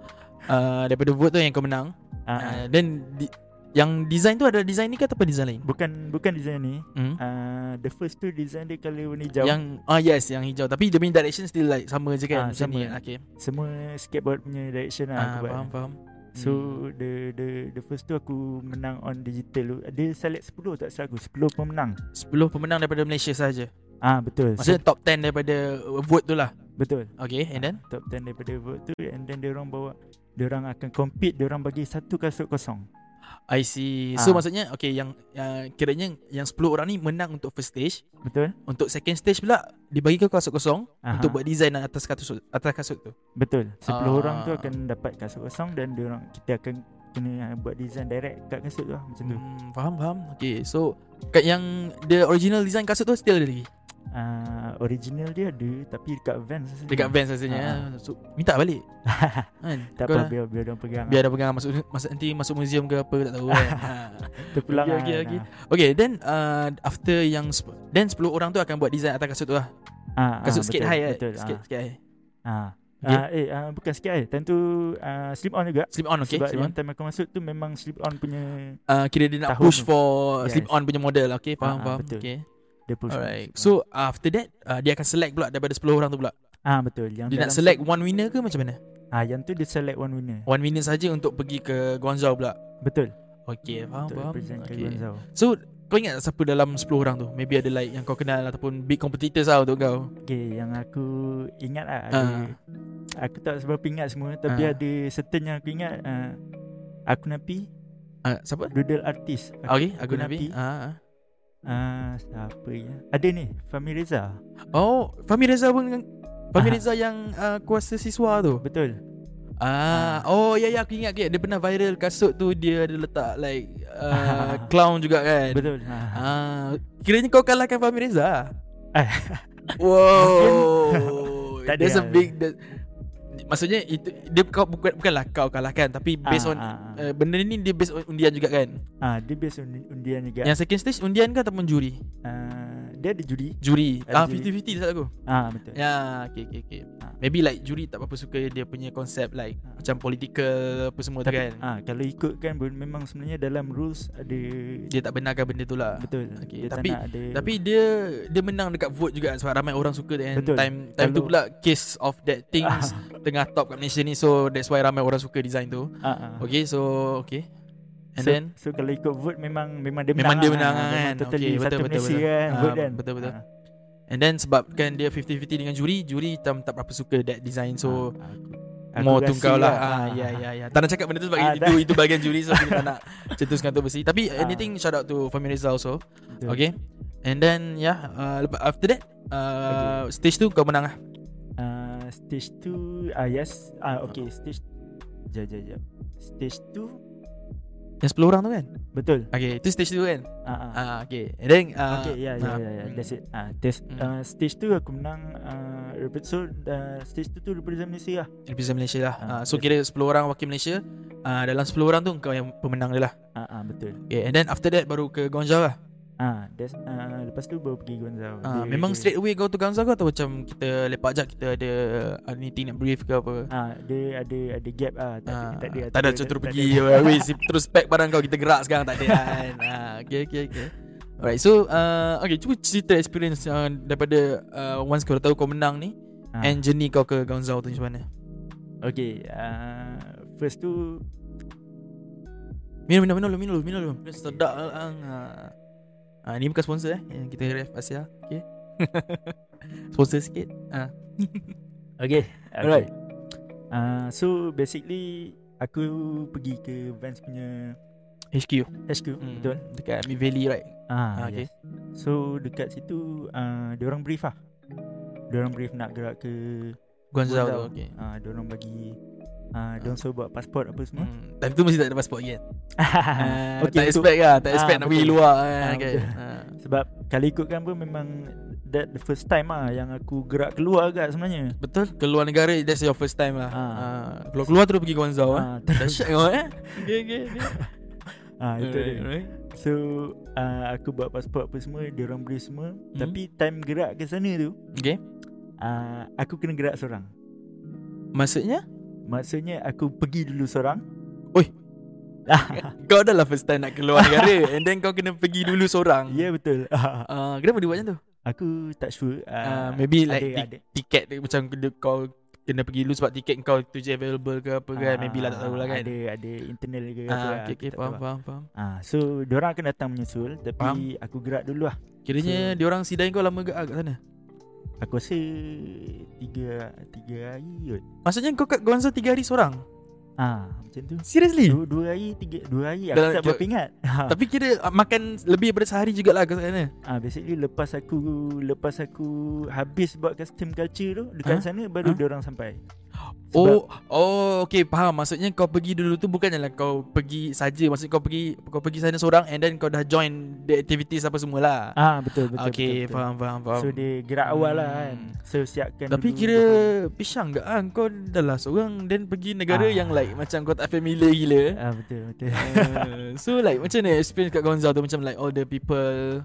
[SPEAKER 1] uh, daripada vote tu yang kau menang.
[SPEAKER 2] Ah, ah.
[SPEAKER 1] Uh, then di- yang design tu ada design ni ke ataupun design lain?
[SPEAKER 2] Bukan bukan design ni.
[SPEAKER 1] Hmm?
[SPEAKER 2] Uh, the first tu design dia kalau warna hijau.
[SPEAKER 1] Yang ah yes, yang hijau. Tapi dia punya direction still like sama je kan
[SPEAKER 2] Ah,
[SPEAKER 1] macam ni.
[SPEAKER 2] sama.
[SPEAKER 1] Okay.
[SPEAKER 2] semua skateboard punya direction lah aku
[SPEAKER 1] Ah
[SPEAKER 2] buat.
[SPEAKER 1] faham faham. Hmm.
[SPEAKER 2] So the the the first tu aku menang on digital. tu. Dia select 10 tak salah aku. 10 pemenang.
[SPEAKER 1] 10 pemenang daripada Malaysia saja.
[SPEAKER 2] Ah betul.
[SPEAKER 1] Maksudnya top 10 daripada vote tu lah.
[SPEAKER 2] betul.
[SPEAKER 1] Okay, and then
[SPEAKER 2] Top 10 daripada vote tu and then dia orang bawa dia orang akan compete, dia orang bagi satu kasut kosong.
[SPEAKER 1] I see. So
[SPEAKER 2] Ah.
[SPEAKER 1] maksudnya okay yang uh, kiranya yang 10 orang ni menang untuk first stage.
[SPEAKER 2] Betul?
[SPEAKER 1] Untuk second stage pula Dibagi kau kasut kosong
[SPEAKER 2] Aha.
[SPEAKER 1] Untuk buat design atas kasut, atas kasut tu
[SPEAKER 2] Betul. 10
[SPEAKER 1] Ah.
[SPEAKER 2] orang tu akan dapat kasut kosong dan dia orang kita akan kena buat design direct kat kasut tu lah macam tu.
[SPEAKER 1] hmm, Faham faham Okay so Kat yang The original design kasut tu Still ada lagi
[SPEAKER 2] Ah original dia ada tapi dekat Vans rasanya.
[SPEAKER 1] Dekat Vans rasanya
[SPEAKER 2] Ah.
[SPEAKER 1] so, Minta balik kan?
[SPEAKER 2] (laughs) Tak
[SPEAKER 1] Kau
[SPEAKER 2] apa
[SPEAKER 1] dah-
[SPEAKER 2] biar biar dia pegang.
[SPEAKER 1] Biar ada pegang masuk, masuk, Nanti masuk museum ke apa Tak tahu
[SPEAKER 2] (laughs)
[SPEAKER 1] kan ha.
[SPEAKER 2] terpulang. lah.
[SPEAKER 1] Okey, okey, okey. Okay then uh, After yang sep- Then 10 orang tu akan buat design atas kasut tu lah
[SPEAKER 2] Ah,
[SPEAKER 1] Kasut skate high
[SPEAKER 2] Betul.
[SPEAKER 1] right? Skate, skate high
[SPEAKER 2] Ah. ah.
[SPEAKER 1] Okay.
[SPEAKER 2] Ah, eh ah, bukan sikit eh. Time tu ah, slip on juga.
[SPEAKER 1] Slip on okay
[SPEAKER 2] Sebab
[SPEAKER 1] slip on.
[SPEAKER 2] yang time aku masuk tu memang slip on punya
[SPEAKER 1] Uh, kira dia nak
[SPEAKER 2] tahun
[SPEAKER 1] push
[SPEAKER 2] tu.
[SPEAKER 1] for
[SPEAKER 2] Yes.
[SPEAKER 1] slip on punya model lah. okay faham
[SPEAKER 2] Ah, ah,
[SPEAKER 1] faham
[SPEAKER 2] betul.
[SPEAKER 1] okay
[SPEAKER 2] dia push.
[SPEAKER 1] alright so after that uh, dia akan select pula daripada 10 orang tu pula
[SPEAKER 2] ah betul. Yang
[SPEAKER 1] dia nak
[SPEAKER 2] dalam-
[SPEAKER 1] select Oh. one winner ke macam mana
[SPEAKER 2] Ah yang tu dia select one winner.
[SPEAKER 1] one winner saja untuk pergi ke Guangzhou pula
[SPEAKER 2] Betul.
[SPEAKER 1] okay faham
[SPEAKER 2] Untuk
[SPEAKER 1] Oh, faham
[SPEAKER 2] represent
[SPEAKER 1] okay.
[SPEAKER 2] Guangzhou.
[SPEAKER 1] so kau ingat tak siapa dalam 10 orang tu maybe ada like yang kau kenal ataupun big competitors lah untuk kau
[SPEAKER 2] Okay yang aku ingat lah ada,
[SPEAKER 1] Ah.
[SPEAKER 2] Aku tak seberapa ingat semua Tapi
[SPEAKER 1] Ah.
[SPEAKER 2] ada certain yang aku ingat uh, Aku Napi
[SPEAKER 1] uh, siapa
[SPEAKER 2] Doodle Artist
[SPEAKER 1] Ah, Okay, aku
[SPEAKER 2] Aku
[SPEAKER 1] Nabi.
[SPEAKER 2] Nabi.
[SPEAKER 1] Ah. ah.
[SPEAKER 2] Ah, siapa ya? Ada ni, Fahmi Reza.
[SPEAKER 1] Oh, Fahmi Reza pun dengan- Fahmi
[SPEAKER 2] Ah.
[SPEAKER 1] Reza yang uh, kuasa siswa tu.
[SPEAKER 2] Betul.
[SPEAKER 1] Ah, oh ya ya aku ingat ke dia pernah viral kasut tu dia ada letak like
[SPEAKER 2] (laughs)
[SPEAKER 1] uh,
[SPEAKER 2] Ah.
[SPEAKER 1] clown juga kan.
[SPEAKER 2] Betul. Ha.
[SPEAKER 1] Ah, kiranya kau kalahkan Fahmi Reza.
[SPEAKER 2] Eh.
[SPEAKER 1] (laughs) wow.
[SPEAKER 2] Tak ada
[SPEAKER 1] That's a
[SPEAKER 2] lah.
[SPEAKER 1] big that, maksudnya itu dia kau bukan bukanlah kau kalahkan tapi based on
[SPEAKER 2] ah, ah.
[SPEAKER 1] Uh, benda ni dia based on undian juga kan.
[SPEAKER 2] Ah, dia based on undian juga.
[SPEAKER 1] Yang second stage undian ke ataupun juri?
[SPEAKER 2] Ah, dia ada juri.
[SPEAKER 1] Juri.
[SPEAKER 2] Ada
[SPEAKER 1] Ah
[SPEAKER 2] juri.
[SPEAKER 1] 50-50 tak aku.
[SPEAKER 2] Ah, betul.
[SPEAKER 1] Ya, okay, okay, okay.
[SPEAKER 2] Ah.
[SPEAKER 1] Maybe like juri tak apa suka dia punya konsep like
[SPEAKER 2] Ah.
[SPEAKER 1] macam political apa semua tu
[SPEAKER 2] Tapi
[SPEAKER 1] kan.
[SPEAKER 2] ah, kalau ikut kan pun memang sebenarnya dalam rules ada
[SPEAKER 1] Dia tak benarkan benda tu lah.
[SPEAKER 2] betul.
[SPEAKER 1] Okay,
[SPEAKER 2] Dia tak
[SPEAKER 1] tapi-
[SPEAKER 2] nak ada
[SPEAKER 1] Tapi dia dia menang dekat vote juga kan sebab ramai orang suka dan
[SPEAKER 2] Betul. Ah.
[SPEAKER 1] time time tu
[SPEAKER 2] Kalau-
[SPEAKER 1] pula case of that things tengah top kat Malaysia ni so that's why ramai orang suka design tu.
[SPEAKER 2] (laughs) ah, ah.
[SPEAKER 1] Okay, so okay. And
[SPEAKER 2] so,
[SPEAKER 1] then
[SPEAKER 2] so kalau ikut vote memang memang dia
[SPEAKER 1] Memang
[SPEAKER 2] menang.
[SPEAKER 1] dia
[SPEAKER 2] lah.
[SPEAKER 1] menang
[SPEAKER 2] Ah,
[SPEAKER 1] kan.
[SPEAKER 2] Memang totally
[SPEAKER 1] Okay, betul,
[SPEAKER 2] satu
[SPEAKER 1] betul,
[SPEAKER 2] Malaysia
[SPEAKER 1] betul.
[SPEAKER 2] kan
[SPEAKER 1] Ah,
[SPEAKER 2] vote kan.
[SPEAKER 1] betul, betul.
[SPEAKER 2] Ah,
[SPEAKER 1] and then sebabkan dia 50-50 dengan juri, juri tam tak berapa suka that design so
[SPEAKER 2] ah, aku,
[SPEAKER 1] More tu
[SPEAKER 2] aku rasa
[SPEAKER 1] kau lah
[SPEAKER 2] ah,
[SPEAKER 1] ah,
[SPEAKER 2] ah,
[SPEAKER 1] Ya
[SPEAKER 2] ah.
[SPEAKER 1] ya ya Tak nak cakap benda tu Sebab
[SPEAKER 2] Ah,
[SPEAKER 1] itu, itu bahagian juri So kita
[SPEAKER 2] (laughs)
[SPEAKER 1] tak nak Cetuskan tu besi Tapi
[SPEAKER 2] Ah.
[SPEAKER 1] anything Shout out to Fahmi Rizal also
[SPEAKER 2] Betul.
[SPEAKER 1] Okay And then yeah uh, lepas- After that uh, Stage tu kau menang lah
[SPEAKER 2] Ah, stage 2 ah yes ah okay stage jap jap jap stage 2
[SPEAKER 1] Yang 10 orang tu kan
[SPEAKER 2] betul
[SPEAKER 1] Okay Itu stage tu kan
[SPEAKER 2] ah ah
[SPEAKER 1] Ah Okay And then uh,
[SPEAKER 2] Okay, ya, yeah, yeah, yeah, yeah. That's it. Ah, test,
[SPEAKER 1] Mm.
[SPEAKER 2] uh, stage tu aku menang uh, represent so uh, stage tu tu represent Malaysia lah.
[SPEAKER 1] Represent Malaysia lah
[SPEAKER 2] Ah,
[SPEAKER 1] Ah, So
[SPEAKER 2] yes.
[SPEAKER 1] kira 10 orang wakil Malaysia uh, Dalam 10 orang tu Kau yang pemenang dia lah
[SPEAKER 2] Ah, ah betul.
[SPEAKER 1] Okay and then after that Baru ke Guangzhou lah
[SPEAKER 2] Ah, that's, ah lepas tu baru pergi Gonzalo.
[SPEAKER 1] Ah, Memang straight away kau tu Guangzhou ke Atau macam kita lepak jap Kita ada uh, Anything nak brief ke apa
[SPEAKER 2] Ah, dia ada ada gap ah, tak,
[SPEAKER 1] Ah,
[SPEAKER 2] ada- tak ada.
[SPEAKER 1] tak ada macam terus pergi Weh si- terus pack barang kau Kita gerak sekarang tak ada kan
[SPEAKER 2] (laughs)
[SPEAKER 1] ah, Okay okay okay Alright so uh, Okay cuba cerita experience uh, Daripada uh, Once kau dah tahu kau menang ni
[SPEAKER 2] Ah.
[SPEAKER 1] And journey kau ke Guangzhou tu macam mana
[SPEAKER 2] Okay, ah, first tu
[SPEAKER 1] Minum minum minum dulu, minum dulu, minum dulu. Minum Sedap lang ah. ah, Ni bukan sponsor eh Yang Kita ref Asia Okay (laughs) Sponsor sikit ah. (laughs)
[SPEAKER 2] Okay, okay.
[SPEAKER 1] Alright.
[SPEAKER 2] Ah, so basically aku pergi ke Vans punya
[SPEAKER 1] HQ
[SPEAKER 2] HQ,
[SPEAKER 1] Hmm,
[SPEAKER 2] betul?
[SPEAKER 1] Dekat Mi Valley right Ah,
[SPEAKER 2] Ah,
[SPEAKER 1] okay.
[SPEAKER 2] okay. Yes. So dekat situ uh, diorang brief ah. Diorang brief nak gerak ke
[SPEAKER 1] Guangzhou tu
[SPEAKER 2] Guangzhou.
[SPEAKER 1] okay
[SPEAKER 2] ah uh, diorang bagi ah uh, diorang suruh buat pasport apa semua. (laughs)
[SPEAKER 1] Hmm, time tu masih tak ada pasport lagi kan Ah,
[SPEAKER 2] okay,
[SPEAKER 1] Tak
[SPEAKER 2] untuk-
[SPEAKER 1] expect lah Tak expect
[SPEAKER 2] Ah,
[SPEAKER 1] nak pergi
[SPEAKER 2] betul.
[SPEAKER 1] luar kan,
[SPEAKER 2] Ah,
[SPEAKER 1] kan.
[SPEAKER 2] betul.
[SPEAKER 1] Ah.
[SPEAKER 2] sebab kali ikut kan pun memang that the first time ah yang aku gerak keluar agak sebenarnya.
[SPEAKER 1] Betul Keluar negara That's your first time lah ha.
[SPEAKER 2] Ha.
[SPEAKER 1] Kalau keluar terus pergi Guangzhou ha.
[SPEAKER 2] Ah, ter-
[SPEAKER 1] Dahsyat kau eh Okay okay, (laughs) okay.
[SPEAKER 2] (laughs) ah
[SPEAKER 1] Alright,
[SPEAKER 2] itu dia.
[SPEAKER 1] alright.
[SPEAKER 2] So ah aku buat pasport apa semua, diorang
[SPEAKER 1] Hmm.
[SPEAKER 2] brief semua. Tapi time gerak ke sana tu
[SPEAKER 1] okay
[SPEAKER 2] ah aku kena gerak seorang.
[SPEAKER 1] (laughs) Maksudnya
[SPEAKER 2] Maksudnya aku pergi dulu seorang.
[SPEAKER 1] Oi.
[SPEAKER 2] Ah,
[SPEAKER 1] Kau dah lah first time nak keluar negara (laughs) And then kau kena pergi dulu seorang
[SPEAKER 2] ya yeah, betul. (laughs) Ah,
[SPEAKER 1] uh, Kenapa dia buat macam tu
[SPEAKER 2] aku tak sure.
[SPEAKER 1] uh,
[SPEAKER 2] Ah,
[SPEAKER 1] Maybe like
[SPEAKER 2] ada,
[SPEAKER 1] ti-
[SPEAKER 2] ada.
[SPEAKER 1] Tiket dia macam dia- Kau kena pergi dulu Sebab tiket kau tu je available ke apa kan Maybe lah tak tahulah kan
[SPEAKER 2] Ah, Ada ada internal ke
[SPEAKER 1] Ah,
[SPEAKER 2] apa. lah,
[SPEAKER 1] okay,
[SPEAKER 2] aku
[SPEAKER 1] okay,
[SPEAKER 2] tak
[SPEAKER 1] faham,
[SPEAKER 2] tahu lah.
[SPEAKER 1] faham, faham.
[SPEAKER 2] Ah, so diorang akan datang menyusul tapi
[SPEAKER 1] Faham.
[SPEAKER 2] aku gerak dulu lah.
[SPEAKER 1] Kiranya
[SPEAKER 2] So-
[SPEAKER 1] dia orang sidai kau lama ke ah, kat sana?
[SPEAKER 2] Aku rasa tiga tiga hari kot.
[SPEAKER 1] Maksudnya kau kat Guangzhou 3 hari seorang?
[SPEAKER 2] Ah, macam tu.
[SPEAKER 1] Seriously?
[SPEAKER 2] Dua, dua hari tiga dua hari aku
[SPEAKER 1] Dalam-
[SPEAKER 2] tak berapa ingat. Ah,
[SPEAKER 1] Tapi kira ah, makan lebih daripada sehari jugalah kat sana
[SPEAKER 2] ah, basically lepas aku lepas aku habis buat custom culture tu
[SPEAKER 1] Ah?
[SPEAKER 2] dekat sana
[SPEAKER 1] Ah?
[SPEAKER 2] baru diorang sampai.
[SPEAKER 1] Oh, oh, okay, faham. Maksudnya kau pergi dulu tu bukannya lah kau pergi saja. Maksudnya kau pergi kau pergi sana seorang and then kau dah join the activities apa semualah.
[SPEAKER 2] Ah betul betul.
[SPEAKER 1] okay,
[SPEAKER 2] betul, betul.
[SPEAKER 1] faham, faham, faham.
[SPEAKER 2] So dia gerak awal lah
[SPEAKER 1] Hmm.
[SPEAKER 2] kan. So siapkan
[SPEAKER 1] Tapi
[SPEAKER 2] dulu
[SPEAKER 1] kira
[SPEAKER 2] depan.
[SPEAKER 1] pisang ke ah kau dah lah seorang then pergi negara
[SPEAKER 2] Ah.
[SPEAKER 1] yang like macam kau tak familiar gila. Eh,
[SPEAKER 2] ah betul betul.
[SPEAKER 1] Uh, so like macam mana experience kat Gonza tu macam like all the people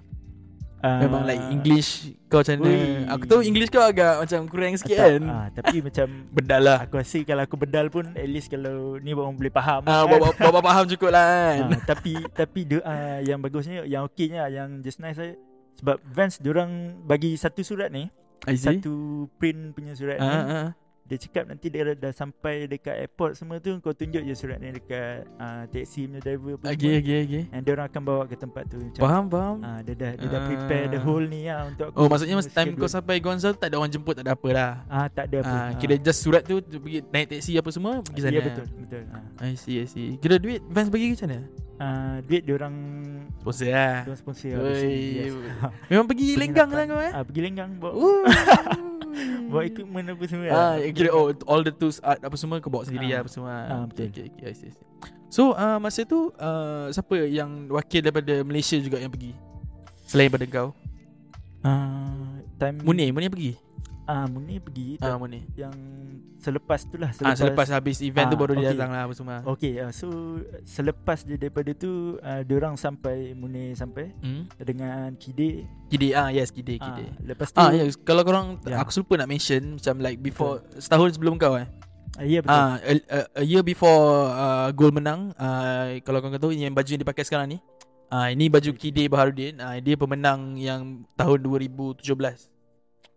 [SPEAKER 2] uh,
[SPEAKER 1] Memang like English kau macam
[SPEAKER 2] Ui.
[SPEAKER 1] mana Aku tahu English kau agak macam kurang
[SPEAKER 2] ah,
[SPEAKER 1] sikit
[SPEAKER 2] tak,
[SPEAKER 1] kan
[SPEAKER 2] ah,
[SPEAKER 1] (laughs)
[SPEAKER 2] Tapi macam
[SPEAKER 1] Bedal lah
[SPEAKER 2] Aku rasa kalau aku bedal pun At least kalau Ni orang boleh faham
[SPEAKER 1] Ah,
[SPEAKER 2] kan?
[SPEAKER 1] bawa bawa faham cukup lah kan.
[SPEAKER 2] Ah, tapi tapi dia ah, yang bagusnya yang okeynya yang just nice saya sebab Vans diorang bagi satu surat ni,
[SPEAKER 1] I see.
[SPEAKER 2] Ah. satu eh. print punya surat
[SPEAKER 1] Ah,
[SPEAKER 2] ni.
[SPEAKER 1] ah.
[SPEAKER 2] Dia cakap nanti dia dah, dah sampai dekat airport semua tu kau tunjuk je surat ni dekat ah, taxi punya driver apa
[SPEAKER 1] Okey
[SPEAKER 2] semua.
[SPEAKER 1] okey okey.
[SPEAKER 2] And diorang akan bawa ke tempat tu macam.
[SPEAKER 1] Faham faham.
[SPEAKER 2] Ah, dia dah dia dah
[SPEAKER 1] Ah.
[SPEAKER 2] prepare the whole ni lah untuk aku.
[SPEAKER 1] Oh maksudnya masa
[SPEAKER 2] masa
[SPEAKER 1] time kau sampai Gonzal tak ada orang jemput tak ada apa lah.
[SPEAKER 2] Ah tak ada apa.
[SPEAKER 1] Ah, kira just surat tu tu pergi naik teksi apa semua pergi sana.
[SPEAKER 2] Ya betul betul. Ah.
[SPEAKER 1] I see I see. Kira duit Vans bagi ke macam mana?
[SPEAKER 2] Ah, duit diorang
[SPEAKER 1] Sponsor lah.
[SPEAKER 2] diorang sponsor
[SPEAKER 1] Ui.
[SPEAKER 2] obviously, yes.
[SPEAKER 1] Memang (laughs) pergi lenggang lah kau eh.
[SPEAKER 2] Ah pergi lenggang
[SPEAKER 1] (laughs)
[SPEAKER 2] bawa
[SPEAKER 1] Ui.
[SPEAKER 2] (laughs) Bawa equipment apa semua
[SPEAKER 1] Ah,
[SPEAKER 2] lah.
[SPEAKER 1] kira oh all the tools art apa semua kau bawa sendiri
[SPEAKER 2] Ah.
[SPEAKER 1] lah apa semua.
[SPEAKER 2] Ah, betul.
[SPEAKER 1] Okay, okay, I see, I see. So uh, masa tu uh, siapa yang wakil daripada Malaysia juga yang pergi? Selain daripada kau.
[SPEAKER 2] Ah, time
[SPEAKER 1] Munir, Munir pergi.
[SPEAKER 2] Ah Munir pergi
[SPEAKER 1] Ah,
[SPEAKER 2] uh,
[SPEAKER 1] Munir.
[SPEAKER 2] yang selepas tu lah
[SPEAKER 1] Selepas, ah, selepas habis event tu
[SPEAKER 2] Ah,
[SPEAKER 1] baru dia
[SPEAKER 2] okay.
[SPEAKER 1] datang lah apa semua.
[SPEAKER 2] Okay uh, so selepas dia daripada tu uh, Diorang sampai Munir sampai
[SPEAKER 1] Hmm.
[SPEAKER 2] dengan Kide
[SPEAKER 1] Kide ah yes, Kide,
[SPEAKER 2] Ah,
[SPEAKER 1] Kide.
[SPEAKER 2] Lepas tu
[SPEAKER 1] Ah, yes, kalau korang
[SPEAKER 2] Ya.
[SPEAKER 1] aku lupa nak mention macam like before setahun sebelum kau eh.
[SPEAKER 2] Ah, Ya betul
[SPEAKER 1] Ah, a, a, a year before uh, goal menang, uh, kalau kau tahu yang baju yang dipakai sekarang ni. Ah, ini baju
[SPEAKER 2] Hmm.
[SPEAKER 1] Kide Baharudin. Ah, dia pemenang yang tahun 2017.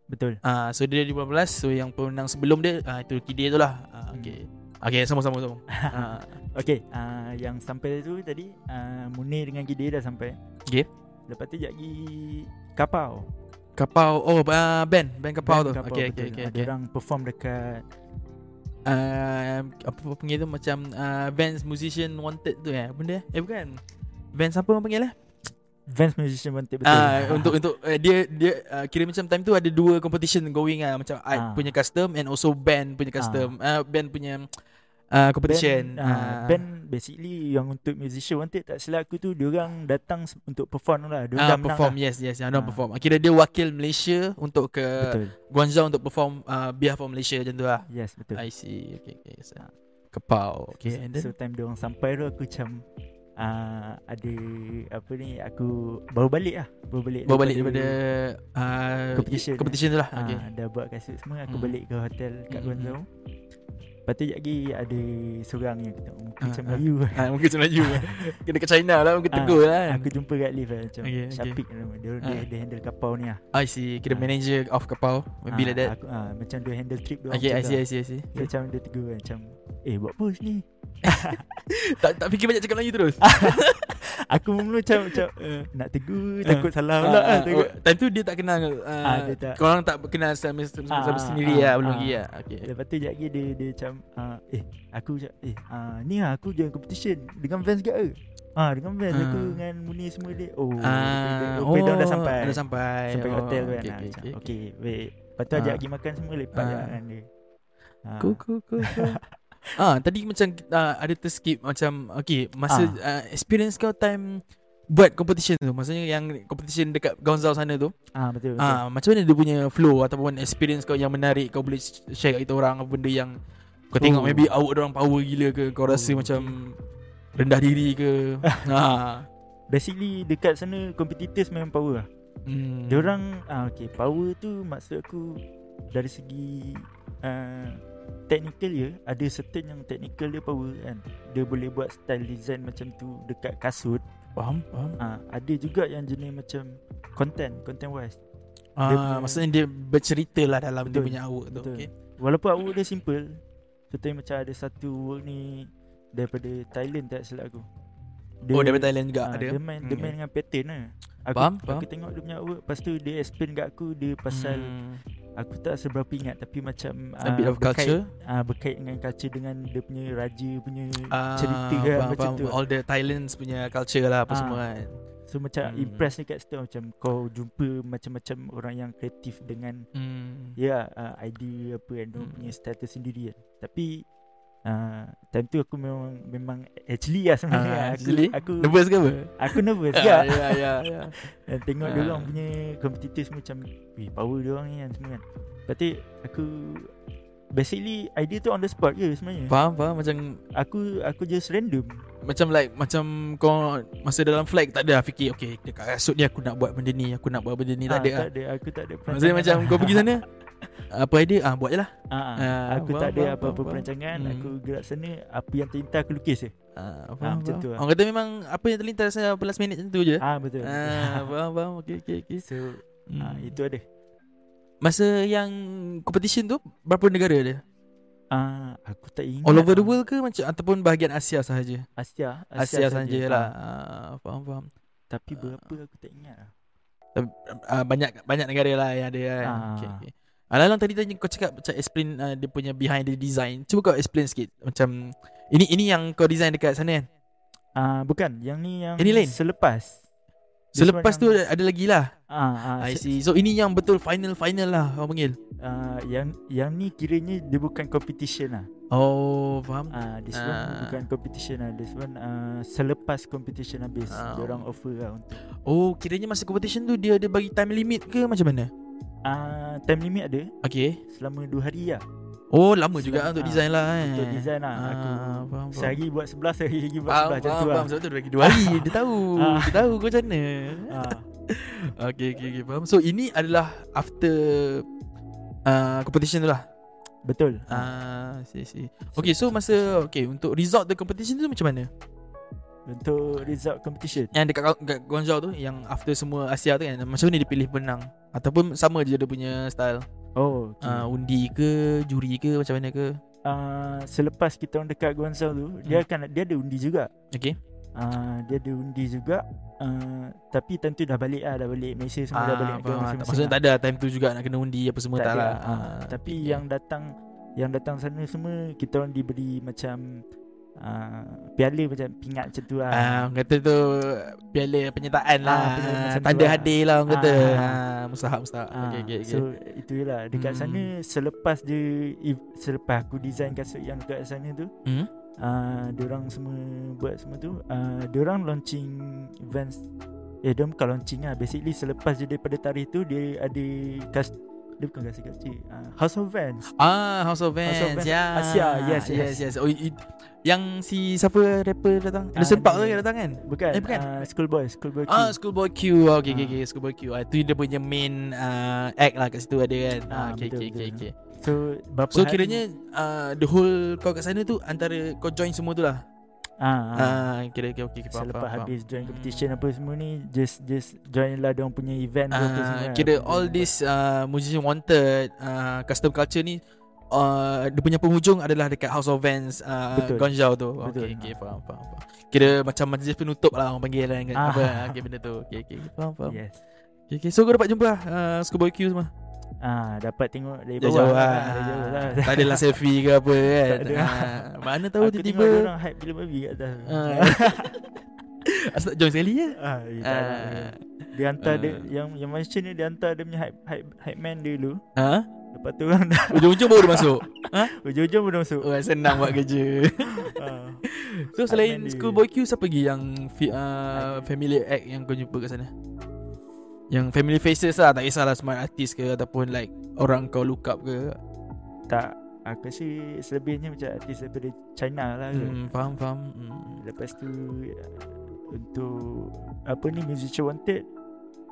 [SPEAKER 2] Betul
[SPEAKER 1] Ah, so dia 2018. So yang pemenang sebelum dia ah, itu Kide tu lah.
[SPEAKER 2] Hmm.
[SPEAKER 1] Ah, okay. Okay, sama-sama
[SPEAKER 2] (laughs)
[SPEAKER 1] sama. Ah,
[SPEAKER 2] Okay uh, Yang sampai tu tadi uh, Munir dengan Kide dah sampai
[SPEAKER 1] Okay.
[SPEAKER 2] Lepas tu jadi Kapau
[SPEAKER 1] Kapau oh uh, band band Kapau tu.
[SPEAKER 2] Band
[SPEAKER 1] okay, okay,
[SPEAKER 2] betul.
[SPEAKER 1] okay,
[SPEAKER 2] Ah,
[SPEAKER 1] okay.
[SPEAKER 2] Diorang perform dekat
[SPEAKER 1] uh, apa apa panggil tu macam uh, Vans Musician Wanted tu eh benda eh? eh bukan Vans apa orang panggil lah
[SPEAKER 2] Vans Musician Wanted betul
[SPEAKER 1] uh, untuk untuk uh, dia dia uh, kira macam time tu ada dua competition going ah macam art
[SPEAKER 2] Ah.
[SPEAKER 1] punya custom and also band punya
[SPEAKER 2] Ah.
[SPEAKER 1] custom uh, band punya uh, competition Ah.
[SPEAKER 2] Band, uh, band basically yang untuk musician wanted tak silap aku tu diorang datang se- untuk perform lah. Diorang
[SPEAKER 1] Ah,
[SPEAKER 2] menang
[SPEAKER 1] perform
[SPEAKER 2] Lah.
[SPEAKER 1] yes yes yang uh.
[SPEAKER 2] Ah.
[SPEAKER 1] perform kira dia wakil Malaysia untuk ke
[SPEAKER 2] Betul.
[SPEAKER 1] Guangzhou untuk perform uh, biar for Malaysia macam tu lah
[SPEAKER 2] Yes, betul.
[SPEAKER 1] I see okay okay so, kepau okay and
[SPEAKER 2] so
[SPEAKER 1] then
[SPEAKER 2] time diorang sampai tu aku macam uh, ada apa ni aku baru balik lah. Baru balik.
[SPEAKER 1] bawa balik daripada uh,
[SPEAKER 2] competition,
[SPEAKER 1] competition tu lah
[SPEAKER 2] Ah,
[SPEAKER 1] okay
[SPEAKER 2] dah buat kasut semua aku
[SPEAKER 1] Hmm.
[SPEAKER 2] balik ke hotel kat
[SPEAKER 1] Hmm,
[SPEAKER 2] Guangzhou. Lepas tu lagi ada seorang yang kita muka
[SPEAKER 1] Ah,
[SPEAKER 2] macam lah.
[SPEAKER 1] ah.
[SPEAKER 2] Melayu.
[SPEAKER 1] Ha, mungkin macam
[SPEAKER 2] (laughs)
[SPEAKER 1] Melayu Kena ke China lah Mungkin
[SPEAKER 2] Ah,
[SPEAKER 1] tegur lah kan
[SPEAKER 2] Aku jumpa kat lift lah macam
[SPEAKER 1] Okay,
[SPEAKER 2] okay,
[SPEAKER 1] okay.
[SPEAKER 2] Syafiq nama dia, dia,
[SPEAKER 1] Ah.
[SPEAKER 2] dia handle kapau ni lah
[SPEAKER 1] I see Kira
[SPEAKER 2] Ah.
[SPEAKER 1] manager of kapau Maybe
[SPEAKER 2] Ah,
[SPEAKER 1] like that
[SPEAKER 2] aku, ah, Macam dia handle trip dia
[SPEAKER 1] Okay I see I see I see
[SPEAKER 2] So, macam ah. dia tegur kan, macam Eh buat apa ni
[SPEAKER 1] (laughs) Tak tak fikir banyak cakap Melayu terus
[SPEAKER 2] Ah, Aku mula macam
[SPEAKER 1] (laughs)
[SPEAKER 2] macam
[SPEAKER 1] Ah,
[SPEAKER 2] Nak tegur
[SPEAKER 1] Ah.
[SPEAKER 2] Takut salah
[SPEAKER 1] ah,
[SPEAKER 2] pula lah,
[SPEAKER 1] ah,
[SPEAKER 2] takut.
[SPEAKER 1] oh, Time tu dia tak kenal uh,
[SPEAKER 2] Ah, dia tak.
[SPEAKER 1] Korang tak kenal sama, sama,
[SPEAKER 2] Ah,
[SPEAKER 1] sama
[SPEAKER 2] ah,
[SPEAKER 1] sendiri
[SPEAKER 2] ah,
[SPEAKER 1] lah Belum
[SPEAKER 2] ah.
[SPEAKER 1] lagi lah Okay
[SPEAKER 2] Lepas tu sekejap lagi dia, dia macam ah, Eh aku macam Eh ah, ni lah aku join competition Dengan Vans ke ke Ah dengan Vans
[SPEAKER 1] Ah.
[SPEAKER 2] aku dengan Muni semua dia Oh
[SPEAKER 1] Ah,
[SPEAKER 2] oh, oh dah sampai
[SPEAKER 1] Dah sampai
[SPEAKER 2] Sampai
[SPEAKER 1] oh,
[SPEAKER 2] hotel kan
[SPEAKER 1] okay,
[SPEAKER 2] ah,
[SPEAKER 1] okay,
[SPEAKER 2] macam,
[SPEAKER 1] okay.
[SPEAKER 2] okay, wait Lepas tu ajak
[SPEAKER 1] Ah.
[SPEAKER 2] pergi makan semua lepak
[SPEAKER 1] Ah.
[SPEAKER 2] je kan dia Ah.
[SPEAKER 1] Cool cool cool,
[SPEAKER 2] (laughs)
[SPEAKER 1] cool. Ah, tadi macam ah, ada terskip macam okay masa ah. experience kau time buat competition tu maksudnya yang competition dekat Gonzalo sana tu
[SPEAKER 2] Ah betul betul.
[SPEAKER 1] Ah, macam mana dia punya flow ataupun experience kau yang menarik kau boleh share kat kita orang apa benda yang kau
[SPEAKER 2] Oh.
[SPEAKER 1] tengok maybe awak orang power gila ke kau rasa
[SPEAKER 2] Oh,
[SPEAKER 1] macam rendah diri
[SPEAKER 2] (laughs)
[SPEAKER 1] ke. ha.
[SPEAKER 2] Basically dekat sana competitors memang power lah.
[SPEAKER 1] Hmm.
[SPEAKER 2] Dia orang ah okey power tu maksud aku dari segi uh, technical dia ada certain yang technical dia power kan. Dia boleh buat style design macam tu dekat kasut.
[SPEAKER 1] faham faham.
[SPEAKER 2] Ah ada juga yang jenis macam content, content wise.
[SPEAKER 1] Ah,
[SPEAKER 2] Dia punya-
[SPEAKER 1] maksudnya dia bercerita lah dalam dia
[SPEAKER 2] Betul,
[SPEAKER 1] punya awak tu.
[SPEAKER 2] betul.
[SPEAKER 1] Okay.
[SPEAKER 2] Walaupun artwork dia simple, contohnya macam ada satu work ni daripada Thailand tak silap aku. Dia,
[SPEAKER 1] Oh, daripada Thailand juga
[SPEAKER 2] ah,
[SPEAKER 1] ada.
[SPEAKER 2] Dia main, dia
[SPEAKER 1] Hmm.
[SPEAKER 2] main dengan pattern lah. Aku,
[SPEAKER 1] Faham,
[SPEAKER 2] aku
[SPEAKER 1] faham.
[SPEAKER 2] tengok dia punya artwork Lepas tu dia explain kat aku Dia pasal ah,
[SPEAKER 1] Hmm,
[SPEAKER 2] Aku tak seberapa ingat Tapi macam
[SPEAKER 1] a bit of culture.
[SPEAKER 2] uh, Berkait dengan culture Dengan dia punya raja punya
[SPEAKER 1] Ah,
[SPEAKER 2] Cerita kan
[SPEAKER 1] faham,
[SPEAKER 2] macam
[SPEAKER 1] faham.
[SPEAKER 2] tu
[SPEAKER 1] All the Thailand punya culture lah apa
[SPEAKER 2] Ah.
[SPEAKER 1] semua kan.
[SPEAKER 2] So macam
[SPEAKER 1] Hmm.
[SPEAKER 2] hmm. impress dekat situ Macam kau jumpa Macam-macam orang yang kreatif Dengan
[SPEAKER 1] Hmm.
[SPEAKER 2] Ya uh, idea apa kan hmm.
[SPEAKER 1] Hmm.
[SPEAKER 2] punya status sendiri kan Tapi uh, Time tu aku memang Memang actually lah sebenarnya
[SPEAKER 1] Ah,
[SPEAKER 2] Aku
[SPEAKER 1] actually?
[SPEAKER 2] Aku
[SPEAKER 1] Nervous ke apa?
[SPEAKER 2] aku nervous
[SPEAKER 1] (laughs) Ah,
[SPEAKER 2] (laughs) ya.
[SPEAKER 1] ya, ya, ya.
[SPEAKER 2] Dan tengok
[SPEAKER 1] Ah.
[SPEAKER 2] dia orang punya competitor semua macam Weh power dia orang ni kan semua kan Lepas tu aku Basically idea tu on the spot je sebenarnya
[SPEAKER 1] Faham faham macam
[SPEAKER 2] Aku aku just random
[SPEAKER 1] Macam like Macam kau Masa dalam flag Tak ada lah fikir Okay dekat kasut ni Aku nak buat benda ni Aku nak buat benda ni Tak
[SPEAKER 2] Ah,
[SPEAKER 1] ada
[SPEAKER 2] tak
[SPEAKER 1] lah
[SPEAKER 2] ada Aku tak ada lah.
[SPEAKER 1] Maksudnya macam kau pergi
[SPEAKER 2] (laughs)
[SPEAKER 1] sana Apa idea ah, Buat je lah
[SPEAKER 2] ah, ah.
[SPEAKER 1] Ah,
[SPEAKER 2] Aku
[SPEAKER 1] faham,
[SPEAKER 2] tak ada
[SPEAKER 1] faham,
[SPEAKER 2] apa-apa
[SPEAKER 1] faham.
[SPEAKER 2] perancangan
[SPEAKER 1] Hmm.
[SPEAKER 2] Aku gerak sana Apa yang terlintas aku lukis je
[SPEAKER 1] ah, faham,
[SPEAKER 2] Ah, macam
[SPEAKER 1] faham.
[SPEAKER 2] tu lah.
[SPEAKER 1] Orang kata memang Apa yang terlintas Saya last minute macam tu je
[SPEAKER 2] Ah betul (laughs)
[SPEAKER 1] Ah, faham faham Okay okay, okay.
[SPEAKER 2] So
[SPEAKER 1] Hmm.
[SPEAKER 2] ah, itu ada
[SPEAKER 1] Masa yang Competition tu Berapa negara dia
[SPEAKER 2] ah, Aku tak ingat
[SPEAKER 1] All over the
[SPEAKER 2] lah.
[SPEAKER 1] world ke macam Ataupun bahagian Asia sahaja
[SPEAKER 2] Asia
[SPEAKER 1] Asia, sahaja
[SPEAKER 2] Ah,
[SPEAKER 1] lah ah, Faham faham
[SPEAKER 2] Tapi berapa aku tak ingat lah
[SPEAKER 1] Ah, Banyak banyak negara lah yang ada kan
[SPEAKER 2] Ah.
[SPEAKER 1] okay, okay. Alang-alang tadi tanya kau cakap macam explain uh, dia punya behind the design. Cuba kau explain sikit macam ini ini yang kau design dekat sana kan.
[SPEAKER 2] Ah bukan, yang ni yang
[SPEAKER 1] Ini lain?
[SPEAKER 2] selepas. This
[SPEAKER 1] Selepas tu
[SPEAKER 2] one
[SPEAKER 1] ada, ada lagi lah.
[SPEAKER 2] Ah, ah
[SPEAKER 1] I
[SPEAKER 2] se-
[SPEAKER 1] see. So ini yang betul final final lah orang panggil.
[SPEAKER 2] Ah yang yang ni kiranya dia bukan competition lah.
[SPEAKER 1] Oh, faham.
[SPEAKER 2] Ah this
[SPEAKER 1] Ah.
[SPEAKER 2] one bukan competition lah. This one ah selepas competition habis,
[SPEAKER 1] Ah.
[SPEAKER 2] uh. orang offer lah untuk.
[SPEAKER 1] Oh, kiranya masa competition tu dia ada bagi time limit ke macam mana?
[SPEAKER 2] Ah time limit ada
[SPEAKER 1] Okay.
[SPEAKER 2] selama 2 hari lah.
[SPEAKER 1] Oh, lama juga
[SPEAKER 2] Sedang-
[SPEAKER 1] lah untuk
[SPEAKER 2] ah,
[SPEAKER 1] design lah eh.
[SPEAKER 2] Untuk design lah
[SPEAKER 1] Ah,
[SPEAKER 2] aku.
[SPEAKER 1] faham, faham.
[SPEAKER 2] Sehari buat 11, sehari lagi buat
[SPEAKER 1] Faham,
[SPEAKER 2] 11 macam
[SPEAKER 1] faham,
[SPEAKER 2] tu lah.
[SPEAKER 1] faham. Sebab tu dia bagi dua hari. Dia tahu.
[SPEAKER 2] Ah.
[SPEAKER 1] dia tahu kau macam mana.
[SPEAKER 2] (laughs) Ah,
[SPEAKER 1] Okay, okay, okay. Faham. So, ini adalah after uh, competition tu lah.
[SPEAKER 2] betul. Ah.
[SPEAKER 1] Ah, uh, see, see. Okay, so masa... Okay, untuk result the competition tu macam mana?
[SPEAKER 2] Untuk result competition.
[SPEAKER 1] Yang dekat, Gu- dekat Guangzhou tu, yang after semua Asia tu kan, macam mana dia pilih penang? Ataupun sama je dia punya style?
[SPEAKER 2] Oh, okay.
[SPEAKER 1] Uh, undi ke, juri ke, macam mana ke?
[SPEAKER 2] Ah, selepas kita orang dekat Guangzhou tu, dia
[SPEAKER 1] Hmm.
[SPEAKER 2] akan dia ada undi juga.
[SPEAKER 1] Okay.
[SPEAKER 2] Uh, dia ada undi juga uh, Tapi time tu dah balik lah Dah balik Malaysia semua dah balik
[SPEAKER 1] Ah, faham, tak- Maksudnya tak ada time tu juga nak kena undi apa semua lah. tak,
[SPEAKER 2] ada
[SPEAKER 1] lah.
[SPEAKER 2] Ah, Tapi
[SPEAKER 1] okay.
[SPEAKER 2] yang datang Yang datang sana semua Kita orang diberi macam uh, Piala macam pingat macam tu lah
[SPEAKER 1] Ah, orang kata tu piala penyertaan lah.
[SPEAKER 2] Ah, piala macam tu
[SPEAKER 1] tanda
[SPEAKER 2] lah.
[SPEAKER 1] hadir lah orang kata.
[SPEAKER 2] Ah,
[SPEAKER 1] Ah,
[SPEAKER 2] ah,
[SPEAKER 1] mustahak mustahak.
[SPEAKER 2] Ah,
[SPEAKER 1] Okey okey okey.
[SPEAKER 2] So itu je lah Dekat
[SPEAKER 1] Hmm.
[SPEAKER 2] sana Selepas dia if- Selepas aku design kasut yang dekat sana tu
[SPEAKER 1] Hmm?
[SPEAKER 2] uh, Diorang semua buat semua tu uh, Diorang launching Vans Eh dia bukan launching lah Basically selepas dia daripada tarikh tu Dia ada kas, Dia bukan kasut kecil uh, House of Vans
[SPEAKER 1] Ah, House of Vans.
[SPEAKER 2] House of Vans,
[SPEAKER 1] Ya.
[SPEAKER 2] Asia, yes,
[SPEAKER 1] yes.
[SPEAKER 2] yes.
[SPEAKER 1] yes. Oh, it, yang si siapa rapper datang?
[SPEAKER 2] Ah,
[SPEAKER 1] Anderson Park
[SPEAKER 2] ni-
[SPEAKER 1] ke yang datang kan?
[SPEAKER 2] Bukan,
[SPEAKER 1] Eh, bukan.
[SPEAKER 2] Uh, Schoolboy Schoolboy
[SPEAKER 1] Ah,
[SPEAKER 2] Q.
[SPEAKER 1] Schoolboy Q. Ah, Okey okey
[SPEAKER 2] Ah.
[SPEAKER 1] okey, Schoolboy Q. Ah, tu dia punya main ah, act lah kat situ ada kan. Ah,
[SPEAKER 2] Ah,
[SPEAKER 1] okey
[SPEAKER 2] betul,
[SPEAKER 1] okey
[SPEAKER 2] betul.
[SPEAKER 1] okey okey.
[SPEAKER 2] So berapa
[SPEAKER 1] So
[SPEAKER 2] hari-
[SPEAKER 1] kiranya ah, the whole kau kat sana tu antara kau join semua tu lah.
[SPEAKER 2] ah, ah,
[SPEAKER 1] Ah, kira kira okey okey faham, faham,
[SPEAKER 2] Selepas
[SPEAKER 1] Hmm. faham.
[SPEAKER 2] habis join competition apa semua ni Just just join lah Diorang punya event ke apa semua
[SPEAKER 1] Ah,
[SPEAKER 2] lah.
[SPEAKER 1] kira
[SPEAKER 2] Apa
[SPEAKER 1] all
[SPEAKER 2] tu.
[SPEAKER 1] this uh, musician wanted uh, custom culture ni uh, dia punya penghujung adalah dekat House of Vans uh,
[SPEAKER 2] Betul.
[SPEAKER 1] Gonjau tu.
[SPEAKER 2] Betul.
[SPEAKER 1] Okey okey faham, faham faham. Kira macam majlis penutup lah orang panggil kan
[SPEAKER 2] Ah. Ya.
[SPEAKER 1] apa okey benda tu. Okey okey okey, faham faham.
[SPEAKER 2] Yes
[SPEAKER 1] Okey okey so kau dapat jumpa lah uh, Schoolboy Q semua.
[SPEAKER 2] Ah, dapat tengok dari
[SPEAKER 1] Jauh jauh
[SPEAKER 2] bawah. lah.
[SPEAKER 1] lah.
[SPEAKER 2] Dari jauh lah.
[SPEAKER 1] Tak
[SPEAKER 2] (laughs)
[SPEAKER 1] adalah selfie ke apa kan.
[SPEAKER 2] Tak ada.
[SPEAKER 1] Ah, mana tahu
[SPEAKER 2] Aku tengok dia
[SPEAKER 1] tiba-tiba
[SPEAKER 2] orang hype gila babi kat atas.
[SPEAKER 1] Ah. (laughs) Asal join sekali ya.
[SPEAKER 2] (laughs) ah, eh, tak lah, tak lah.
[SPEAKER 1] Ah.
[SPEAKER 2] dia hantar dia
[SPEAKER 1] Ah.
[SPEAKER 2] yang yang mention ni dia hantar dia punya hype hype, hype man dia dulu.
[SPEAKER 1] Ha?
[SPEAKER 2] Lepas tu orang dah (laughs)
[SPEAKER 1] Ujung-ujung baru dia masuk.
[SPEAKER 2] ujung-ujung pun dah masuk.
[SPEAKER 1] Oh, senang buat kerja.
[SPEAKER 2] ah.
[SPEAKER 1] So selain
[SPEAKER 2] Batman dia.
[SPEAKER 1] Schoolboy Q Siapa lagi yang fi, uh, Family act yang kau jumpa kat sana Yang family faces lah Tak kisahlah smart artist ke Ataupun like Orang kau look up ke
[SPEAKER 2] Tak aku rasa selebihnya macam artis daripada China lah ke.
[SPEAKER 1] hmm, Faham faham hmm.
[SPEAKER 2] Lepas tu ah, untuk apa ni musician wanted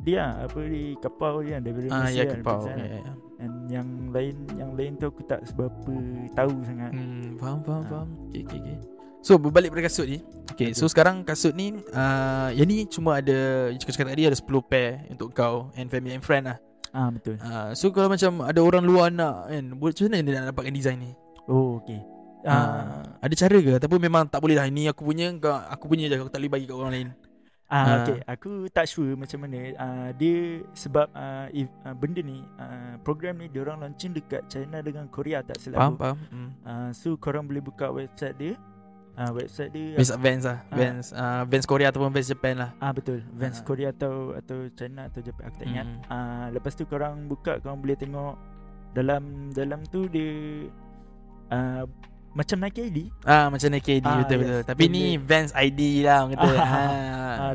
[SPEAKER 2] dia lah, apa ni kapau dia daripada
[SPEAKER 1] Ah ya
[SPEAKER 2] Malaysia kan,
[SPEAKER 1] kepau
[SPEAKER 2] daripada sana.
[SPEAKER 1] yeah, yeah.
[SPEAKER 2] And yang lain yang lain tu aku tak seberapa tahu sangat.
[SPEAKER 1] Hmm, Faham faham
[SPEAKER 2] Ah.
[SPEAKER 1] faham okay, okay, okay. So berbalik pada kasut ni Okay so
[SPEAKER 2] Betul.
[SPEAKER 1] sekarang kasut ni uh, Yang ni cuma ada Cakap cakap tadi ada 10 pair Untuk kau And family and friend lah
[SPEAKER 2] Ah betul.
[SPEAKER 1] uh, So kalau macam Ada orang luar nak kan buat- Macam mana dia nak dapatkan design ni
[SPEAKER 2] Oh okey.
[SPEAKER 1] Ah,
[SPEAKER 2] Ah,
[SPEAKER 1] ada cara ke ataupun memang tak boleh dah ini aku punya kau aku punya je aku tak boleh bagi kat orang lain.
[SPEAKER 2] ah,
[SPEAKER 1] ah.
[SPEAKER 2] okey, aku tak sure macam mana. Ah, dia sebab ah, if, ah, benda ni ah, program ni diorang launching dekat China dengan Korea tak silap.
[SPEAKER 1] Faham
[SPEAKER 2] aku.
[SPEAKER 1] faham. Hmm.
[SPEAKER 2] Ah, so korang boleh buka website dia. Ah, website dia
[SPEAKER 1] Vans Vans lah.
[SPEAKER 2] Ah.
[SPEAKER 1] Vans ah, Vans Korea ataupun Vans Japan lah.
[SPEAKER 2] Ah betul, Vans
[SPEAKER 1] Ah.
[SPEAKER 2] Korea atau atau China atau Jepun aku tak ingat.
[SPEAKER 1] Mm.
[SPEAKER 2] Ah lepas tu korang buka korang boleh tengok dalam dalam tu dia ah Macam Nike ID
[SPEAKER 1] Ah macam Nike ID
[SPEAKER 2] Ah,
[SPEAKER 1] betul betul.
[SPEAKER 2] yes.
[SPEAKER 1] Tapi
[SPEAKER 2] Boleh.
[SPEAKER 1] ni Vans ID lah orang kata.
[SPEAKER 2] (laughs) Ah,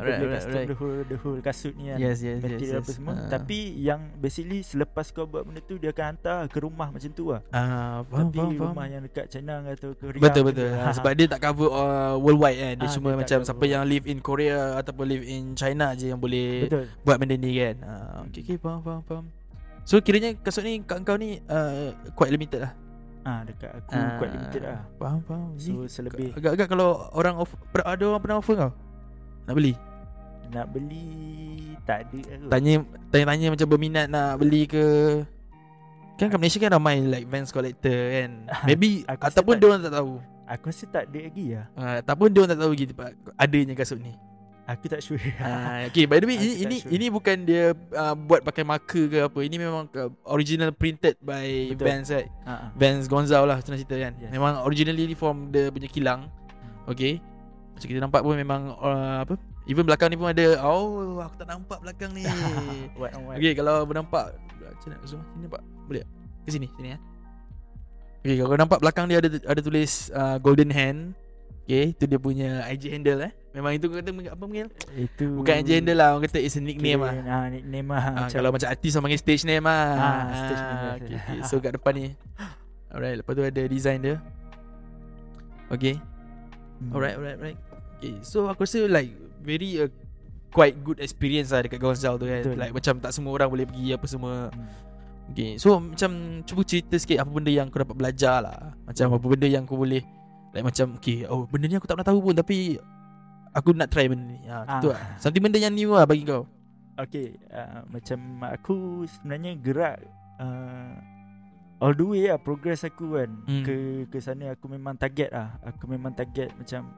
[SPEAKER 1] ha.
[SPEAKER 2] ah, dia
[SPEAKER 1] Right,
[SPEAKER 2] boleh
[SPEAKER 1] right,
[SPEAKER 2] custom
[SPEAKER 1] right.
[SPEAKER 2] the whole the whole kasut ni kan.
[SPEAKER 1] Yes yes yes.
[SPEAKER 2] Material
[SPEAKER 1] yes.
[SPEAKER 2] apa semua.
[SPEAKER 1] Ah.
[SPEAKER 2] Tapi yang basically selepas kau buat benda tu dia akan hantar ke rumah macam tu lah.
[SPEAKER 1] ah faham
[SPEAKER 2] Tapi
[SPEAKER 1] faham faham.
[SPEAKER 2] rumah yang dekat China atau ke Riyadh.
[SPEAKER 1] Betul
[SPEAKER 2] macam
[SPEAKER 1] betul.
[SPEAKER 2] tu. lah. (laughs)
[SPEAKER 1] Ha, sebab dia tak cover uh, worldwide kan. Dia
[SPEAKER 2] Ah,
[SPEAKER 1] cuma
[SPEAKER 2] dia tak
[SPEAKER 1] macam
[SPEAKER 2] cover
[SPEAKER 1] siapa yang live in Korea ataupun live in China je yang boleh
[SPEAKER 2] betul.
[SPEAKER 1] buat benda ni kan. Ah
[SPEAKER 2] Hmm.
[SPEAKER 1] okey okey faham faham faham. So kiranya kasut ni kat kau ni uh, quite limited lah.
[SPEAKER 2] Ah dekat aku
[SPEAKER 1] Ah,
[SPEAKER 2] quite limited lah.
[SPEAKER 1] Faham faham. Ni
[SPEAKER 2] So selebih
[SPEAKER 1] agak-agak kalau orang off, per- ada orang pernah offer kau nak beli.
[SPEAKER 2] nak beli tak ada lah aku.
[SPEAKER 1] Tanya tanya-tanya macam berminat nak beli ke Kan kat Malaysia kan ramai like Vans collector
[SPEAKER 2] (laughs)
[SPEAKER 1] kan Maybe
[SPEAKER 2] Aku rasa
[SPEAKER 1] Ataupun
[SPEAKER 2] tak-
[SPEAKER 1] dia orang tak tahu
[SPEAKER 2] Aku rasa tak ada lagi lah.
[SPEAKER 1] uh, Ataupun dia orang tak tahu gitu Adanya kasut
[SPEAKER 2] (laughs)
[SPEAKER 1] ni
[SPEAKER 2] Aku tak sure. (laughs)
[SPEAKER 1] Ah, okay, by the way,
[SPEAKER 2] Aku
[SPEAKER 1] ini
[SPEAKER 2] tak
[SPEAKER 1] ini,
[SPEAKER 2] sure.
[SPEAKER 1] ini bukan dia uh, buat pakai marker ke apa. Ini memang uh, original printed by
[SPEAKER 2] Betul.
[SPEAKER 1] Vans right?
[SPEAKER 2] Ah, ah.
[SPEAKER 1] Vans Gonzal lah senang cerita kan.
[SPEAKER 2] Yes.
[SPEAKER 1] Memang originally from the punya kilang. Okay. Macam kita nampak pun memang uh, apa? Even belakang ni pun ada. Oh, aku tak nampak belakang ni.
[SPEAKER 2] What on what?
[SPEAKER 1] okay, kalau bernampak macam nak zoom sini nampak. Boleh tak? Ke sini, sini ya. Okay, kalau kau nampak belakang dia ada ada tulis uh, Golden Hand. Okay, itu dia punya IG handle eh. Memang itu kau kata apa panggil?
[SPEAKER 2] Itu
[SPEAKER 1] Bukan agenda lah Orang kata it's a nickname lah
[SPEAKER 2] Ah, nickname lah.
[SPEAKER 1] ha,
[SPEAKER 2] macam
[SPEAKER 1] Kalau macam artis Orang panggil stage name lah ha,
[SPEAKER 2] Ah, stage name lah.
[SPEAKER 1] okay,
[SPEAKER 2] (laughs)
[SPEAKER 1] okay. So kat depan ni Alright Lepas tu ada design dia Okay
[SPEAKER 2] Hmm.
[SPEAKER 1] Alright alright alright Okay so aku rasa like Very uh, Quite good experience lah Dekat Gonzal tu kan
[SPEAKER 2] Betul.
[SPEAKER 1] Like macam tak semua orang boleh pergi Apa semua
[SPEAKER 2] Hmm.
[SPEAKER 1] Okay so macam Cuba cerita sikit Apa benda yang kau dapat belajar lah Macam apa benda yang kau boleh Like macam Okay oh benda ni aku tak pernah tahu pun Tapi Aku nak try benda ni ha, ah.
[SPEAKER 2] Ah.
[SPEAKER 1] tu lah Something benda yang new lah bagi kau
[SPEAKER 2] Okay uh, Macam aku sebenarnya gerak uh, All the way lah Progress aku kan
[SPEAKER 1] Hmm.
[SPEAKER 2] Ke ke sana aku memang target lah Aku memang target macam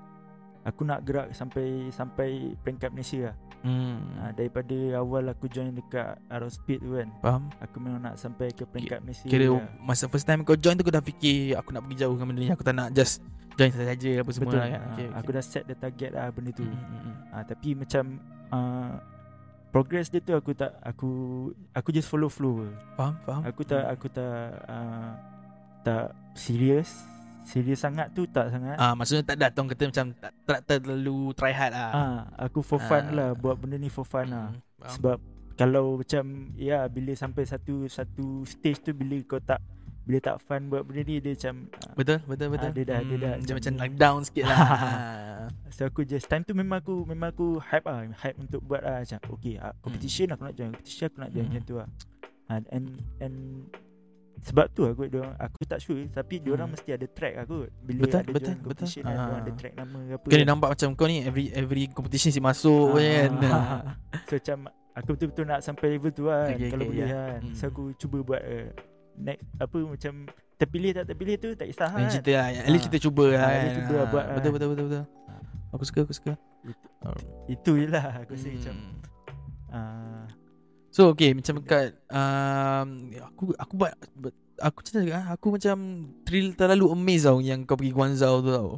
[SPEAKER 2] Aku nak gerak sampai Sampai peringkat Malaysia lah uh,
[SPEAKER 1] Hmm.
[SPEAKER 2] Daripada awal aku join dekat Aerospeed tu kan
[SPEAKER 1] Faham?
[SPEAKER 2] Aku memang nak sampai ke peringkat Malaysia
[SPEAKER 1] Kira
[SPEAKER 2] lah.
[SPEAKER 1] masa first time kau join tu kau dah fikir aku nak pergi jauh dengan benda ni. Aku tak nak just join saja apa semua
[SPEAKER 2] Betul
[SPEAKER 1] lah
[SPEAKER 2] kan?
[SPEAKER 1] kan. Okay, okay.
[SPEAKER 2] Aku dah set the target lah benda
[SPEAKER 1] Hmm,
[SPEAKER 2] tu
[SPEAKER 1] hmm, hmm.
[SPEAKER 2] Ah, tapi macam uh, progress dia tu aku tak aku aku just follow flow. je.
[SPEAKER 1] Faham, faham.
[SPEAKER 2] Aku tak aku tak uh, tak serious. Serius sangat tu tak sangat.
[SPEAKER 1] Ah, maksudnya tak datang kata macam tak, tak terlalu try hard lah.
[SPEAKER 2] Ah, aku for
[SPEAKER 1] Ah.
[SPEAKER 2] fun lah buat benda ni for fun lah.
[SPEAKER 1] Hmm, faham.
[SPEAKER 2] Sebab kalau macam ya bila sampai satu satu stage tu bila kau tak bila tak fun buat benda ni dia macam ah,
[SPEAKER 1] Betul, betul, betul. Hmm,
[SPEAKER 2] Ah, dia dah- dia dah
[SPEAKER 1] macam,
[SPEAKER 2] macam
[SPEAKER 1] macam
[SPEAKER 2] ni.
[SPEAKER 1] knock down sikit
[SPEAKER 2] (laughs)
[SPEAKER 1] lah.
[SPEAKER 2] So aku just time tu memang aku memang aku hype ah hype untuk buat ah macam okay ah, competition aku nak join competition aku nak join
[SPEAKER 1] Hmm.
[SPEAKER 2] macam tu ah. And and, and sebab tu aku diorang, aku tak sure tapi dia orang
[SPEAKER 1] Hmm.
[SPEAKER 2] mesti ada track aku bila
[SPEAKER 1] Betul,
[SPEAKER 2] ada
[SPEAKER 1] betul,
[SPEAKER 2] join
[SPEAKER 1] betul.
[SPEAKER 2] competition betul.
[SPEAKER 1] Ah.
[SPEAKER 2] ada track nama ke apa.
[SPEAKER 1] Kena nampak macam kau ni every every competition si masuk je
[SPEAKER 2] (laughs)
[SPEAKER 1] kan.
[SPEAKER 2] Ah. So macam aku betul-betul nak sampai level tu
[SPEAKER 1] Okay,
[SPEAKER 2] kan okay, kalau
[SPEAKER 1] okay,
[SPEAKER 2] okay, boleh
[SPEAKER 1] ya.
[SPEAKER 2] kan. So
[SPEAKER 1] Hmm.
[SPEAKER 2] aku cuba buat uh, next apa macam terpilih tak terpilih tu tak kisah
[SPEAKER 1] Yang
[SPEAKER 2] kan.
[SPEAKER 1] cerita lah At least
[SPEAKER 2] Ah.
[SPEAKER 1] kita cuba lah
[SPEAKER 2] Ah, at
[SPEAKER 1] kan
[SPEAKER 2] least cuba lah
[SPEAKER 1] Ah,
[SPEAKER 2] buat
[SPEAKER 1] Betul
[SPEAKER 2] kan.
[SPEAKER 1] betul betul betul
[SPEAKER 2] Ah.
[SPEAKER 1] Aku suka aku suka
[SPEAKER 2] Itu je lah aku rasa
[SPEAKER 1] Hmm.
[SPEAKER 2] macam ah
[SPEAKER 1] So okay macam kat um, aku aku buat but- aku macam mana cakap, ah, aku macam thrill terlalu amazed tau yang kau pergi Guangzhou tu tau.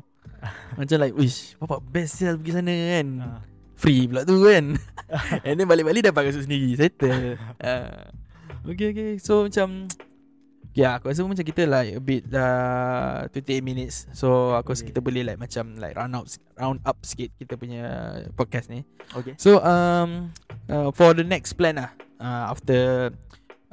[SPEAKER 1] macam like wish bapak best sial pergi sana kan.
[SPEAKER 2] ah.
[SPEAKER 1] Free pula tu kan. (laughs) And then balik-balik dapat kasut sendiri.
[SPEAKER 2] Ah.
[SPEAKER 1] Settle. uh, okay okay. So macam Ya yeah, aku rasa macam kita like a bit dah uh, 28 minutes So aku rasa
[SPEAKER 2] Okay.
[SPEAKER 1] kita boleh like macam like round up, round up sikit kita punya podcast ni
[SPEAKER 2] (laughs) Okay.
[SPEAKER 1] So um uh, for the next plan lah uh, after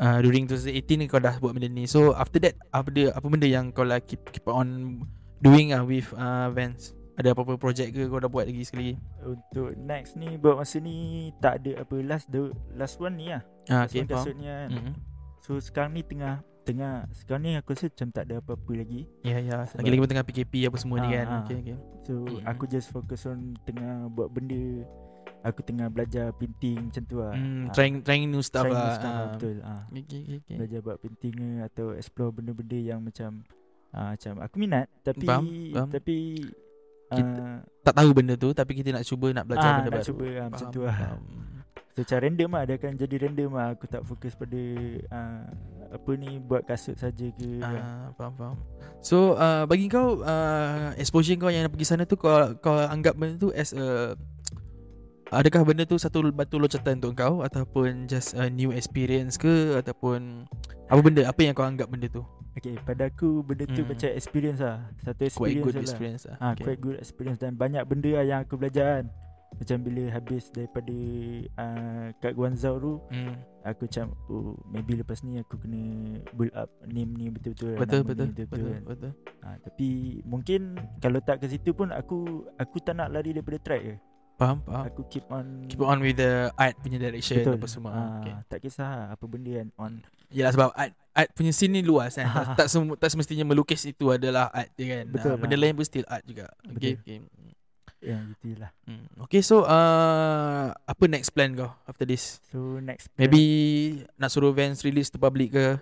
[SPEAKER 1] uh, during 2018 ni kau dah buat benda ni. So after that apa dia apa benda yang kau lah keep, keep on doing ah with uh, Vans? Ada apa-apa projek ke kau dah buat lagi sekali?
[SPEAKER 2] Untuk next ni Buat masa ni Tak ada apa Last the last one ni lah
[SPEAKER 1] Ah
[SPEAKER 2] Last
[SPEAKER 1] okay
[SPEAKER 2] one
[SPEAKER 1] faham.
[SPEAKER 2] kasut ni kan
[SPEAKER 1] Mm-hmm.
[SPEAKER 2] So sekarang ni tengah Tengah Sekarang ni aku rasa Macam tak ada apa-apa lagi
[SPEAKER 1] Ya ya,
[SPEAKER 2] Sebab-
[SPEAKER 1] lagi-lagi pun tengah PKP apa semua ni
[SPEAKER 2] Ah,
[SPEAKER 1] kan.
[SPEAKER 2] ah.
[SPEAKER 1] Okay okay.
[SPEAKER 2] So
[SPEAKER 1] Mm.
[SPEAKER 2] aku just focus on Tengah buat benda Aku tengah belajar Painting macam tu lah
[SPEAKER 1] Hmm,
[SPEAKER 2] Ah,
[SPEAKER 1] trying trying new stuff
[SPEAKER 2] trying new
[SPEAKER 1] lah.
[SPEAKER 2] stuff lah,
[SPEAKER 1] Ah.
[SPEAKER 2] Betul ah.
[SPEAKER 1] Okay okay okay.
[SPEAKER 2] Belajar buat painting ke Atau explore benda-benda yang macam ah, Macam aku minat Tapi
[SPEAKER 1] Faham, faham.
[SPEAKER 2] Tapi
[SPEAKER 1] Kita
[SPEAKER 2] ah,
[SPEAKER 1] Tak tahu benda tu tapi kita nak cuba nak belajar
[SPEAKER 2] ah,
[SPEAKER 1] benda
[SPEAKER 2] nak
[SPEAKER 1] baru.
[SPEAKER 2] cuba ah, macam
[SPEAKER 1] Faham,
[SPEAKER 2] tu lah
[SPEAKER 1] faham.
[SPEAKER 2] Secara random lah Dia akan jadi random lah Aku tak fokus pada uh, Apa ni Buat kasut saja ke uh,
[SPEAKER 1] Ah, faham faham. So uh, bagi ah, kau uh, exposure kau yang pergi sana tu kau kau anggap benda tu as a Adakah benda tu satu batu loncatan untuk kau ataupun just a new experience ke ataupun apa benda apa yang kau anggap benda tu?
[SPEAKER 2] Okay pada aku benda tu
[SPEAKER 1] Hmm.
[SPEAKER 2] macam experience lah
[SPEAKER 1] Quite
[SPEAKER 2] Satu experience
[SPEAKER 1] good
[SPEAKER 2] je lah
[SPEAKER 1] experience lah.
[SPEAKER 2] Ah, okay. quite good experience dan banyak benda lah yang aku belajar kan. Macam bila habis daripada uh, kat Guangzhou tu,
[SPEAKER 1] Hmm.
[SPEAKER 2] aku macam oh maybe lepas ni aku kena build up name ni betul-betul. lah,
[SPEAKER 1] Betul
[SPEAKER 2] nama
[SPEAKER 1] betul
[SPEAKER 2] ni
[SPEAKER 1] betul betul.
[SPEAKER 2] betul-betul kan.
[SPEAKER 1] betul.
[SPEAKER 2] Ah, tapi mungkin kalau tak ke situ pun aku aku tak nak lari daripada track je.
[SPEAKER 1] Faham faham.
[SPEAKER 2] Aku keep
[SPEAKER 1] Ah.
[SPEAKER 2] on
[SPEAKER 1] Keep on with the art punya direction apa semua.
[SPEAKER 2] Ah,
[SPEAKER 1] okay.
[SPEAKER 2] Tak kisah lah apa benda kan on.
[SPEAKER 1] Yalah sebab art art punya scene ni luas kan.
[SPEAKER 2] (laughs)
[SPEAKER 1] tak, tak, semu, tak semestinya melukis itu adalah art dia kan.
[SPEAKER 2] Betul
[SPEAKER 1] Ah, benda
[SPEAKER 2] lah.
[SPEAKER 1] lain pun still art juga. Okay,
[SPEAKER 2] Betul.
[SPEAKER 1] okay.
[SPEAKER 2] Ya gitu lah.
[SPEAKER 1] Hmm. Okay so uh, apa next plan kau after this?
[SPEAKER 2] So next plan-
[SPEAKER 1] Maybe nak suruh Vans release to public ke?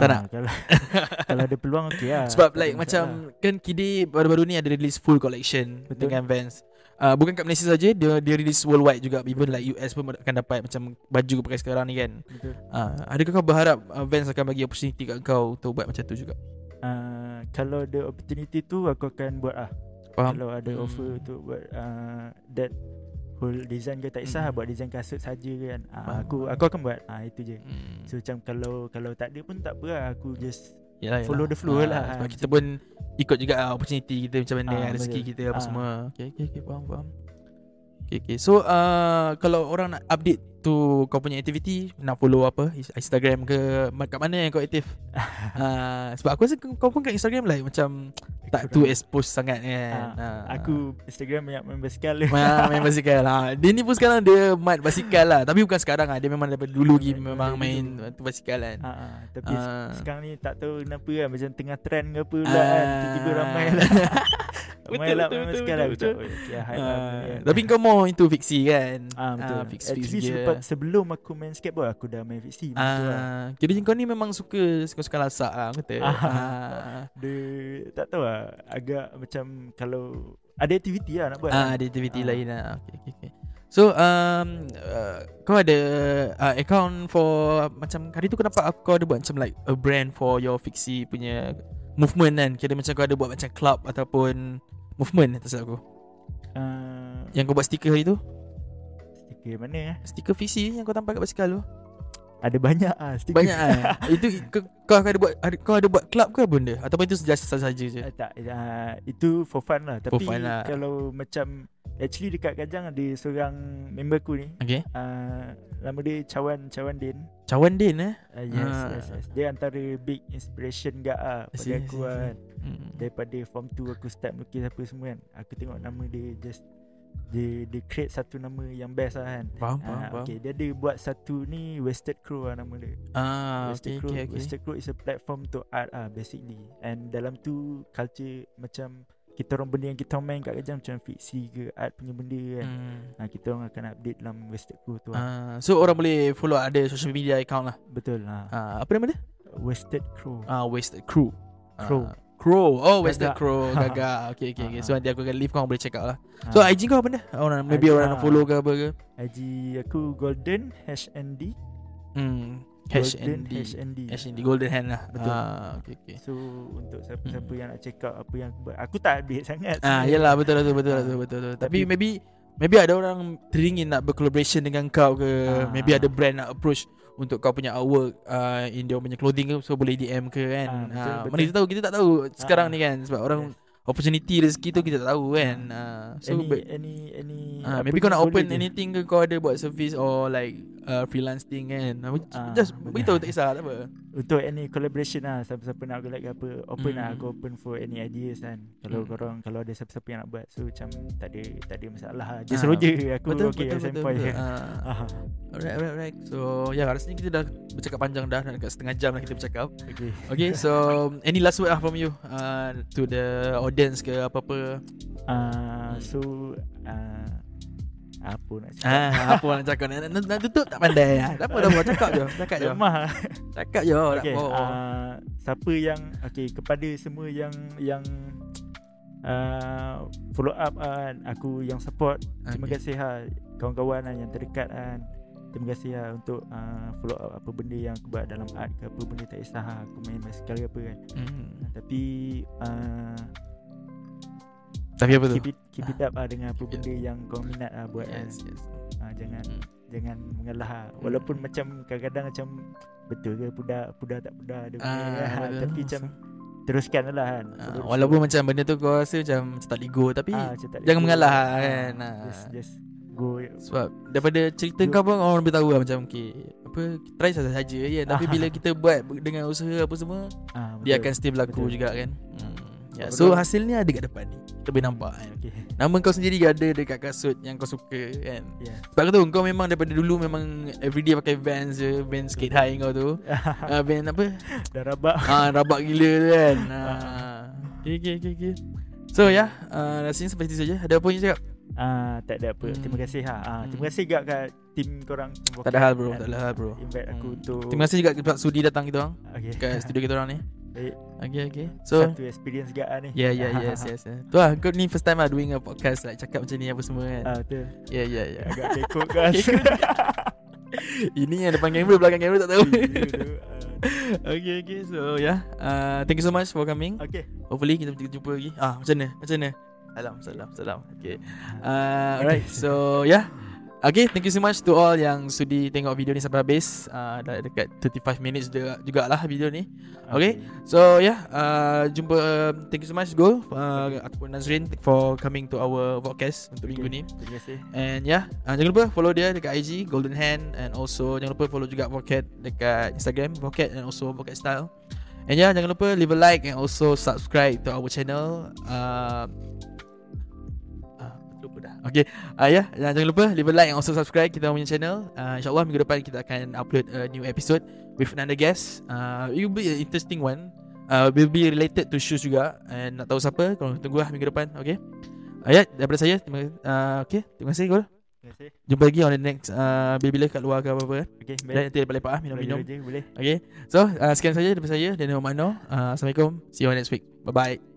[SPEAKER 1] tak nak?
[SPEAKER 2] kalau, Ah. (laughs)
[SPEAKER 1] (laughs)
[SPEAKER 2] kalau ada peluang okey lah.
[SPEAKER 1] Sebab
[SPEAKER 2] Tak ada
[SPEAKER 1] like
[SPEAKER 2] masalah.
[SPEAKER 1] macam kan Kidi baru-baru ni ada release full collection
[SPEAKER 2] lah. Betul.
[SPEAKER 1] dengan Vans. Uh, bukan kat Malaysia saja dia dia release worldwide juga even like US pun akan dapat macam baju kau pakai sekarang ni kan.
[SPEAKER 2] Betul.
[SPEAKER 1] Uh, adakah kau berharap uh, Vans akan bagi opportunity kat kau untuk buat macam tu juga?
[SPEAKER 2] uh, kalau ada opportunity tu aku akan buat ah.
[SPEAKER 1] Faham?
[SPEAKER 2] Kalau ada
[SPEAKER 1] Hmm.
[SPEAKER 2] offer untuk buat uh, that whole design ke tak kisah
[SPEAKER 1] Hmm.
[SPEAKER 2] hmm. buat design kasut saja kan.
[SPEAKER 1] Faham,
[SPEAKER 2] Uh, aku
[SPEAKER 1] faham.
[SPEAKER 2] aku akan buat. Ah uh, itu je.
[SPEAKER 1] Hmm.
[SPEAKER 2] So macam kalau kalau tak ada pun tak apa lah. aku just
[SPEAKER 1] Yalah, Ah,
[SPEAKER 2] follow the flow lah.
[SPEAKER 1] Sebab kita pun ikut juga ah, opportunity kita macam mana
[SPEAKER 2] Ah,
[SPEAKER 1] uh, rezeki
[SPEAKER 2] betul.
[SPEAKER 1] kita apa
[SPEAKER 2] Ah.
[SPEAKER 1] semua. Okay, okay, okay, faham, faham. Okay, okay. So, uh, kalau orang nak update tu kau punya activity, nak follow apa? Is- Instagram ke? Ma- Kat mana yang kau
[SPEAKER 2] (laughs)
[SPEAKER 1] aktif? uh, sebab aku rasa kau kau pun kat Instagram lah macam tak
[SPEAKER 2] Aku
[SPEAKER 1] too
[SPEAKER 2] dah-
[SPEAKER 1] expose sangat kan.
[SPEAKER 2] Ah,
[SPEAKER 1] Ah.
[SPEAKER 2] aku Instagram banyak main basikal.
[SPEAKER 1] Ma-
[SPEAKER 2] (laughs)
[SPEAKER 1] main basikal ha. Dia ni pun sekarang Dia mat basikal lah Tapi bukan sekarang lah Dia memang daripada dulu lagi Memang
[SPEAKER 2] Memang dari
[SPEAKER 1] main
[SPEAKER 2] Ah, dulu.
[SPEAKER 1] tu basikal kan
[SPEAKER 2] Ah, ah, tapi uh,
[SPEAKER 1] Ah.
[SPEAKER 2] sekarang ni tak tahu kenapa kan macam tengah trend ke apa pula kan.
[SPEAKER 1] Ah.
[SPEAKER 2] Tiba-tiba
[SPEAKER 1] (laughs)
[SPEAKER 2] ramai lah. ramai
[SPEAKER 1] Betul,
[SPEAKER 2] lah
[SPEAKER 1] betul,
[SPEAKER 2] main
[SPEAKER 1] betul,
[SPEAKER 2] basikal lah.
[SPEAKER 1] betul,
[SPEAKER 2] Macam, oh, okay, hype lah benda
[SPEAKER 1] Ah,
[SPEAKER 2] kan.
[SPEAKER 1] Tapi kau more into fiksi kan
[SPEAKER 2] Ah betul.
[SPEAKER 1] Ah,
[SPEAKER 2] Uh,
[SPEAKER 1] fix fix
[SPEAKER 2] Actually
[SPEAKER 1] dia.
[SPEAKER 2] sebab sebelum aku main skateboard aku dah main fixie. Uh,
[SPEAKER 1] Ah, kira kau ni memang suka suka-suka lasak lah kata.
[SPEAKER 2] Ah. (laughs)
[SPEAKER 1] Ah,
[SPEAKER 2] dia tak tahu lah agak macam kalau ada aktiviti lah nak buat.
[SPEAKER 1] ah, ada aktiviti
[SPEAKER 2] Ah.
[SPEAKER 1] lain lah. Okay, okay, okay. So um, uh, kau ada uh, account for macam hari tu kenapa kau ada buat macam like a brand for your fiksi punya movement kan? Kira macam kau ada buat macam club ataupun movement tak salah aku.
[SPEAKER 2] Uh,
[SPEAKER 1] Yang kau buat stiker hari tu?
[SPEAKER 2] stiker mana eh?
[SPEAKER 1] Stiker fiksi yang kau tampal kat basikal tu.
[SPEAKER 2] Ada banyak ah stiker.
[SPEAKER 1] Banyak ah. (laughs) Itu kau, kau ada buat ada- kau ada buat club ke apa benda? Ataupun itu sejasa saja je?
[SPEAKER 2] (laughs) Ah, tak ah, itu for fun lah
[SPEAKER 1] For
[SPEAKER 2] tapi
[SPEAKER 1] fun lah.
[SPEAKER 2] kalau macam actually dekat Kajang ada seorang member aku ni
[SPEAKER 1] Okay.
[SPEAKER 2] uh, nama dia Cawan Cawan Din.
[SPEAKER 1] Cawan Din eh.
[SPEAKER 2] Uh, yes,
[SPEAKER 1] Ah.
[SPEAKER 2] yes, yes. Dia antara big inspiration gak ah
[SPEAKER 1] I see, I see,
[SPEAKER 2] pada aku
[SPEAKER 1] I see.
[SPEAKER 2] kan.
[SPEAKER 1] Hmm.
[SPEAKER 2] daripada form 2 aku start melukis apa semua kan aku tengok nama dia just dia dia create satu nama yang best lah kan
[SPEAKER 1] Faham, faham,
[SPEAKER 2] Ah,
[SPEAKER 1] faham.
[SPEAKER 2] okay, dia ada buat satu ni Wasted Crow lah nama dia
[SPEAKER 1] Ah, okay,
[SPEAKER 2] Wasted Crow
[SPEAKER 1] okay, okay.
[SPEAKER 2] Wasted Crow is a platform to art ah basically And dalam tu culture macam Kita orang benda yang kita orang main kat kerja macam fiksi ke art punya benda kan
[SPEAKER 1] Hmm.
[SPEAKER 2] ah, Kita orang akan update dalam Wasted Crow tu lah.
[SPEAKER 1] Ah, so orang boleh follow ada social media account lah.
[SPEAKER 2] Betul lah
[SPEAKER 1] Ah, apa nama dia?
[SPEAKER 2] Wasted Crow
[SPEAKER 1] Ah, Wasted Crew.
[SPEAKER 2] Crow.
[SPEAKER 1] Ah, Crow. Oh, Wasted
[SPEAKER 2] Gagak. (laughs)
[SPEAKER 1] Crow. Gaga. Okay, okay, okay. So
[SPEAKER 2] Ah, ah.
[SPEAKER 1] nanti aku akan leave kau boleh check out lah. So
[SPEAKER 2] Ah,
[SPEAKER 1] IG kau apa benda? Orang maybe
[SPEAKER 2] IG,
[SPEAKER 1] orang nak
[SPEAKER 2] ah.
[SPEAKER 1] follow ke apa ke?
[SPEAKER 2] IG aku Golden HND
[SPEAKER 1] Hmm.
[SPEAKER 2] Golden
[SPEAKER 1] HND.
[SPEAKER 2] HND
[SPEAKER 1] HND Golden Hand lah.
[SPEAKER 2] Betul.
[SPEAKER 1] Ah, okay, okay.
[SPEAKER 2] So untuk siapa-siapa
[SPEAKER 1] Mm.
[SPEAKER 2] yang nak check out apa yang aku buat Aku tak update (laughs) sangat
[SPEAKER 1] Ah,
[SPEAKER 2] sebenarnya.
[SPEAKER 1] yalah betul betul betul betul betul. betul. Tapi
[SPEAKER 2] Tapi-
[SPEAKER 1] maybe maybe ada orang teringin nak bercollaboration dengan kau ke,
[SPEAKER 2] Ah,
[SPEAKER 1] maybe
[SPEAKER 2] ah.
[SPEAKER 1] ada brand nak approach untuk kau punya artwork uh, in dia punya clothing ke so boleh DM ke kan.
[SPEAKER 2] Ah,
[SPEAKER 1] Ah,
[SPEAKER 2] betul, betul.
[SPEAKER 1] mana kita tahu kita tak tahu sekarang
[SPEAKER 2] ah.
[SPEAKER 1] ni kan sebab orang opportunity rezeki tu kita tak tahu kan. Ah, so
[SPEAKER 2] any,
[SPEAKER 1] but,
[SPEAKER 2] any any
[SPEAKER 1] ah,
[SPEAKER 2] apa
[SPEAKER 1] maybe kau
[SPEAKER 2] ni
[SPEAKER 1] nak
[SPEAKER 2] boleh
[SPEAKER 1] open
[SPEAKER 2] je.
[SPEAKER 1] anything ke kau ada buat service or like uh, freelance thing kan. Ah,
[SPEAKER 2] Ah,
[SPEAKER 1] Just
[SPEAKER 2] boleh.
[SPEAKER 1] beritahu tak kisah tak apa.
[SPEAKER 2] Untuk any collaboration lah Siapa-siapa nak collab ke apa Open
[SPEAKER 1] Mm.
[SPEAKER 2] lah Aku open for any ideas kan
[SPEAKER 1] Mm.
[SPEAKER 2] Kalau korang Kalau ada siapa-siapa yang nak buat So macam tak ada Tak ada masalah lah Dia
[SPEAKER 1] Ah,
[SPEAKER 2] seru je Aku
[SPEAKER 1] betul betul
[SPEAKER 2] okay as
[SPEAKER 1] betul.
[SPEAKER 2] employee.
[SPEAKER 1] betul.
[SPEAKER 2] (laughs)
[SPEAKER 1] Ah.
[SPEAKER 2] Ah,
[SPEAKER 1] Alright alright alright. So ya yeah, rasanya kita dah bercakap panjang dah nak dekat setengah jam dah kita bercakap.
[SPEAKER 2] okay.
[SPEAKER 1] Okay, so any last word ah from you uh, to the audience ke apa-apa?
[SPEAKER 2] Ah,
[SPEAKER 1] Mm.
[SPEAKER 2] So ah, Apa nak cakap
[SPEAKER 1] Ah, (laughs) apa nak cakap? Nak, nak, nak tutup tak pandai ah. Tak apa dah buat cakap je, cakap je.
[SPEAKER 2] Lemah lah
[SPEAKER 1] Cakap je. tak
[SPEAKER 2] Okay,
[SPEAKER 1] apa.
[SPEAKER 2] uh, siapa yang okay kepada semua yang yang uh, follow up kan, aku yang support. Terima
[SPEAKER 1] Ah, Okay.
[SPEAKER 2] kasih ha kawan-kawan ah, yang terdekat kan. Terima kasih ha untuk uh, follow up apa benda yang aku buat dalam art ke apa benda tak kisah ah, aku main basikal ke apa kan.
[SPEAKER 1] Hmm.
[SPEAKER 2] Tapi uh,
[SPEAKER 1] Tapi apa tu?
[SPEAKER 2] keep it keep it up ah dengan apa
[SPEAKER 1] Keep it
[SPEAKER 2] benda yang kau minat ah buat yes.
[SPEAKER 1] yes, yes.
[SPEAKER 2] ah jangan
[SPEAKER 1] Mm.
[SPEAKER 2] jangan mengalah ah. walaupun
[SPEAKER 1] Mm.
[SPEAKER 2] macam kadang-kadang macam betul ke budak budak tak budak dia
[SPEAKER 1] Ah,
[SPEAKER 2] punya, ah,
[SPEAKER 1] betul.
[SPEAKER 2] tapi macam teruskan lah kan
[SPEAKER 1] Ah, walaupun macam benda tu kau rasa macam macam tak ligo tapi
[SPEAKER 2] Ah, macam tak
[SPEAKER 1] jangan
[SPEAKER 2] boleh-
[SPEAKER 1] mengalah
[SPEAKER 2] ah,
[SPEAKER 1] kan, ah.
[SPEAKER 2] just just go ah,
[SPEAKER 1] Sebab daripada cerita kau pun orang lebih tahu lah macam okay, apa try saja-saja je kan. tapi bila kita buat dengan usaha apa semua
[SPEAKER 2] ah,
[SPEAKER 1] dia akan still berlaku
[SPEAKER 2] Betul.
[SPEAKER 1] juga kan. Hmm. Ya,
[SPEAKER 2] Betul.
[SPEAKER 1] so hasilnya ada kat depan ni. Kita boleh nampak kan.
[SPEAKER 2] okay.
[SPEAKER 1] Nama kau sendiri ada dekat kasut yang kau suka kan.
[SPEAKER 2] yeah.
[SPEAKER 1] Sebab kau tahu kau memang daripada dulu memang everyday pakai Vans je, Vans skate high kau tu. (laughs) Ah uh, Vans apa?
[SPEAKER 2] dah rabak
[SPEAKER 1] Ah rabak gila tu (laughs) kan. Ah. Okay, okay, okay, okay. So ya, yeah, uh, rasanya sampai situ saja. Ada apa yang cakap?
[SPEAKER 2] Ah, tak ada apa.
[SPEAKER 1] Hmm.
[SPEAKER 2] Terima kasih ha. Ah,
[SPEAKER 1] Hmm.
[SPEAKER 2] terima kasih juga kat tim korang. kan.
[SPEAKER 1] Tak ada hal bro, tak ada hal bro.
[SPEAKER 2] Invite aku
[SPEAKER 1] Hmm.
[SPEAKER 2] untuk
[SPEAKER 1] Terima kasih juga sebab sudi datang kita orang
[SPEAKER 2] okay.
[SPEAKER 1] kat studio kita orang ni.
[SPEAKER 2] (laughs) Baik.
[SPEAKER 1] Okay, okay. So, Ya,
[SPEAKER 2] So, satu experience juga (laughs) ah, ni.
[SPEAKER 1] Yeah, yeah, yes, yes. yes. Tu lah, kau ni first time lah doing a podcast like cakap macam ni apa semua kan.
[SPEAKER 2] Ah, betul.
[SPEAKER 1] Yeah, yeah,
[SPEAKER 2] (laughs)
[SPEAKER 1] yeah.
[SPEAKER 2] Agak kekok gas.
[SPEAKER 1] ya. (laughs) Ini yang depan kamera belakang kamera tak tahu.
[SPEAKER 2] (laughs) Gila tu. Ah,
[SPEAKER 1] (laughs) okay, okay. So, yeah. Uh, thank you so much for coming.
[SPEAKER 2] Okay.
[SPEAKER 1] Hopefully kita jumpa lagi. Ah, macam mana? Macam mana? Salam, salam, salam. Okay. Uh, alright. So, yeah. Okay, thank you so much to all yang sudi tengok video ni sampai habis. Uh, dah dekat 35 minutes juga- jugalah video ni. Okay. So yeah, uh, jumpa. Uh, thank you so much, Go. Uh, aku Nazrin for coming to our podcast untuk minggu ni.
[SPEAKER 2] Terima kasih.
[SPEAKER 1] And yeah, uh, jangan lupa follow dia dekat IG Golden Hand and also jangan lupa follow juga Pocket dekat Instagram Pocket and also Pocket Style. And yeah, jangan lupa leave a like and also subscribe to our channel. Uh, ah, lupa dah. Okay uh, yeah, dan Jangan lupa Leave a like And also subscribe Kita punya channel uh, InsyaAllah minggu depan Kita akan upload A new episode With another guest uh, It will be an interesting one uh, Will be related to shoes juga And nak tahu siapa Kalau tunggu lah minggu depan Okay Ayat daripada saya terima, uh, Okay Terima kasih Gol
[SPEAKER 2] Terima kasih.
[SPEAKER 1] Jumpa lagi on the next uh, Bila-bila kat luar ke apa-apa kan
[SPEAKER 2] Okay,
[SPEAKER 1] Dan
[SPEAKER 2] baik.
[SPEAKER 1] nanti lepak-lepak ah, Minum-minum
[SPEAKER 2] Minum-minum. Boleh.
[SPEAKER 1] Okay So uh, sekian saja daripada saya Daniel Omano uh, Assalamualaikum See you on next week Bye-bye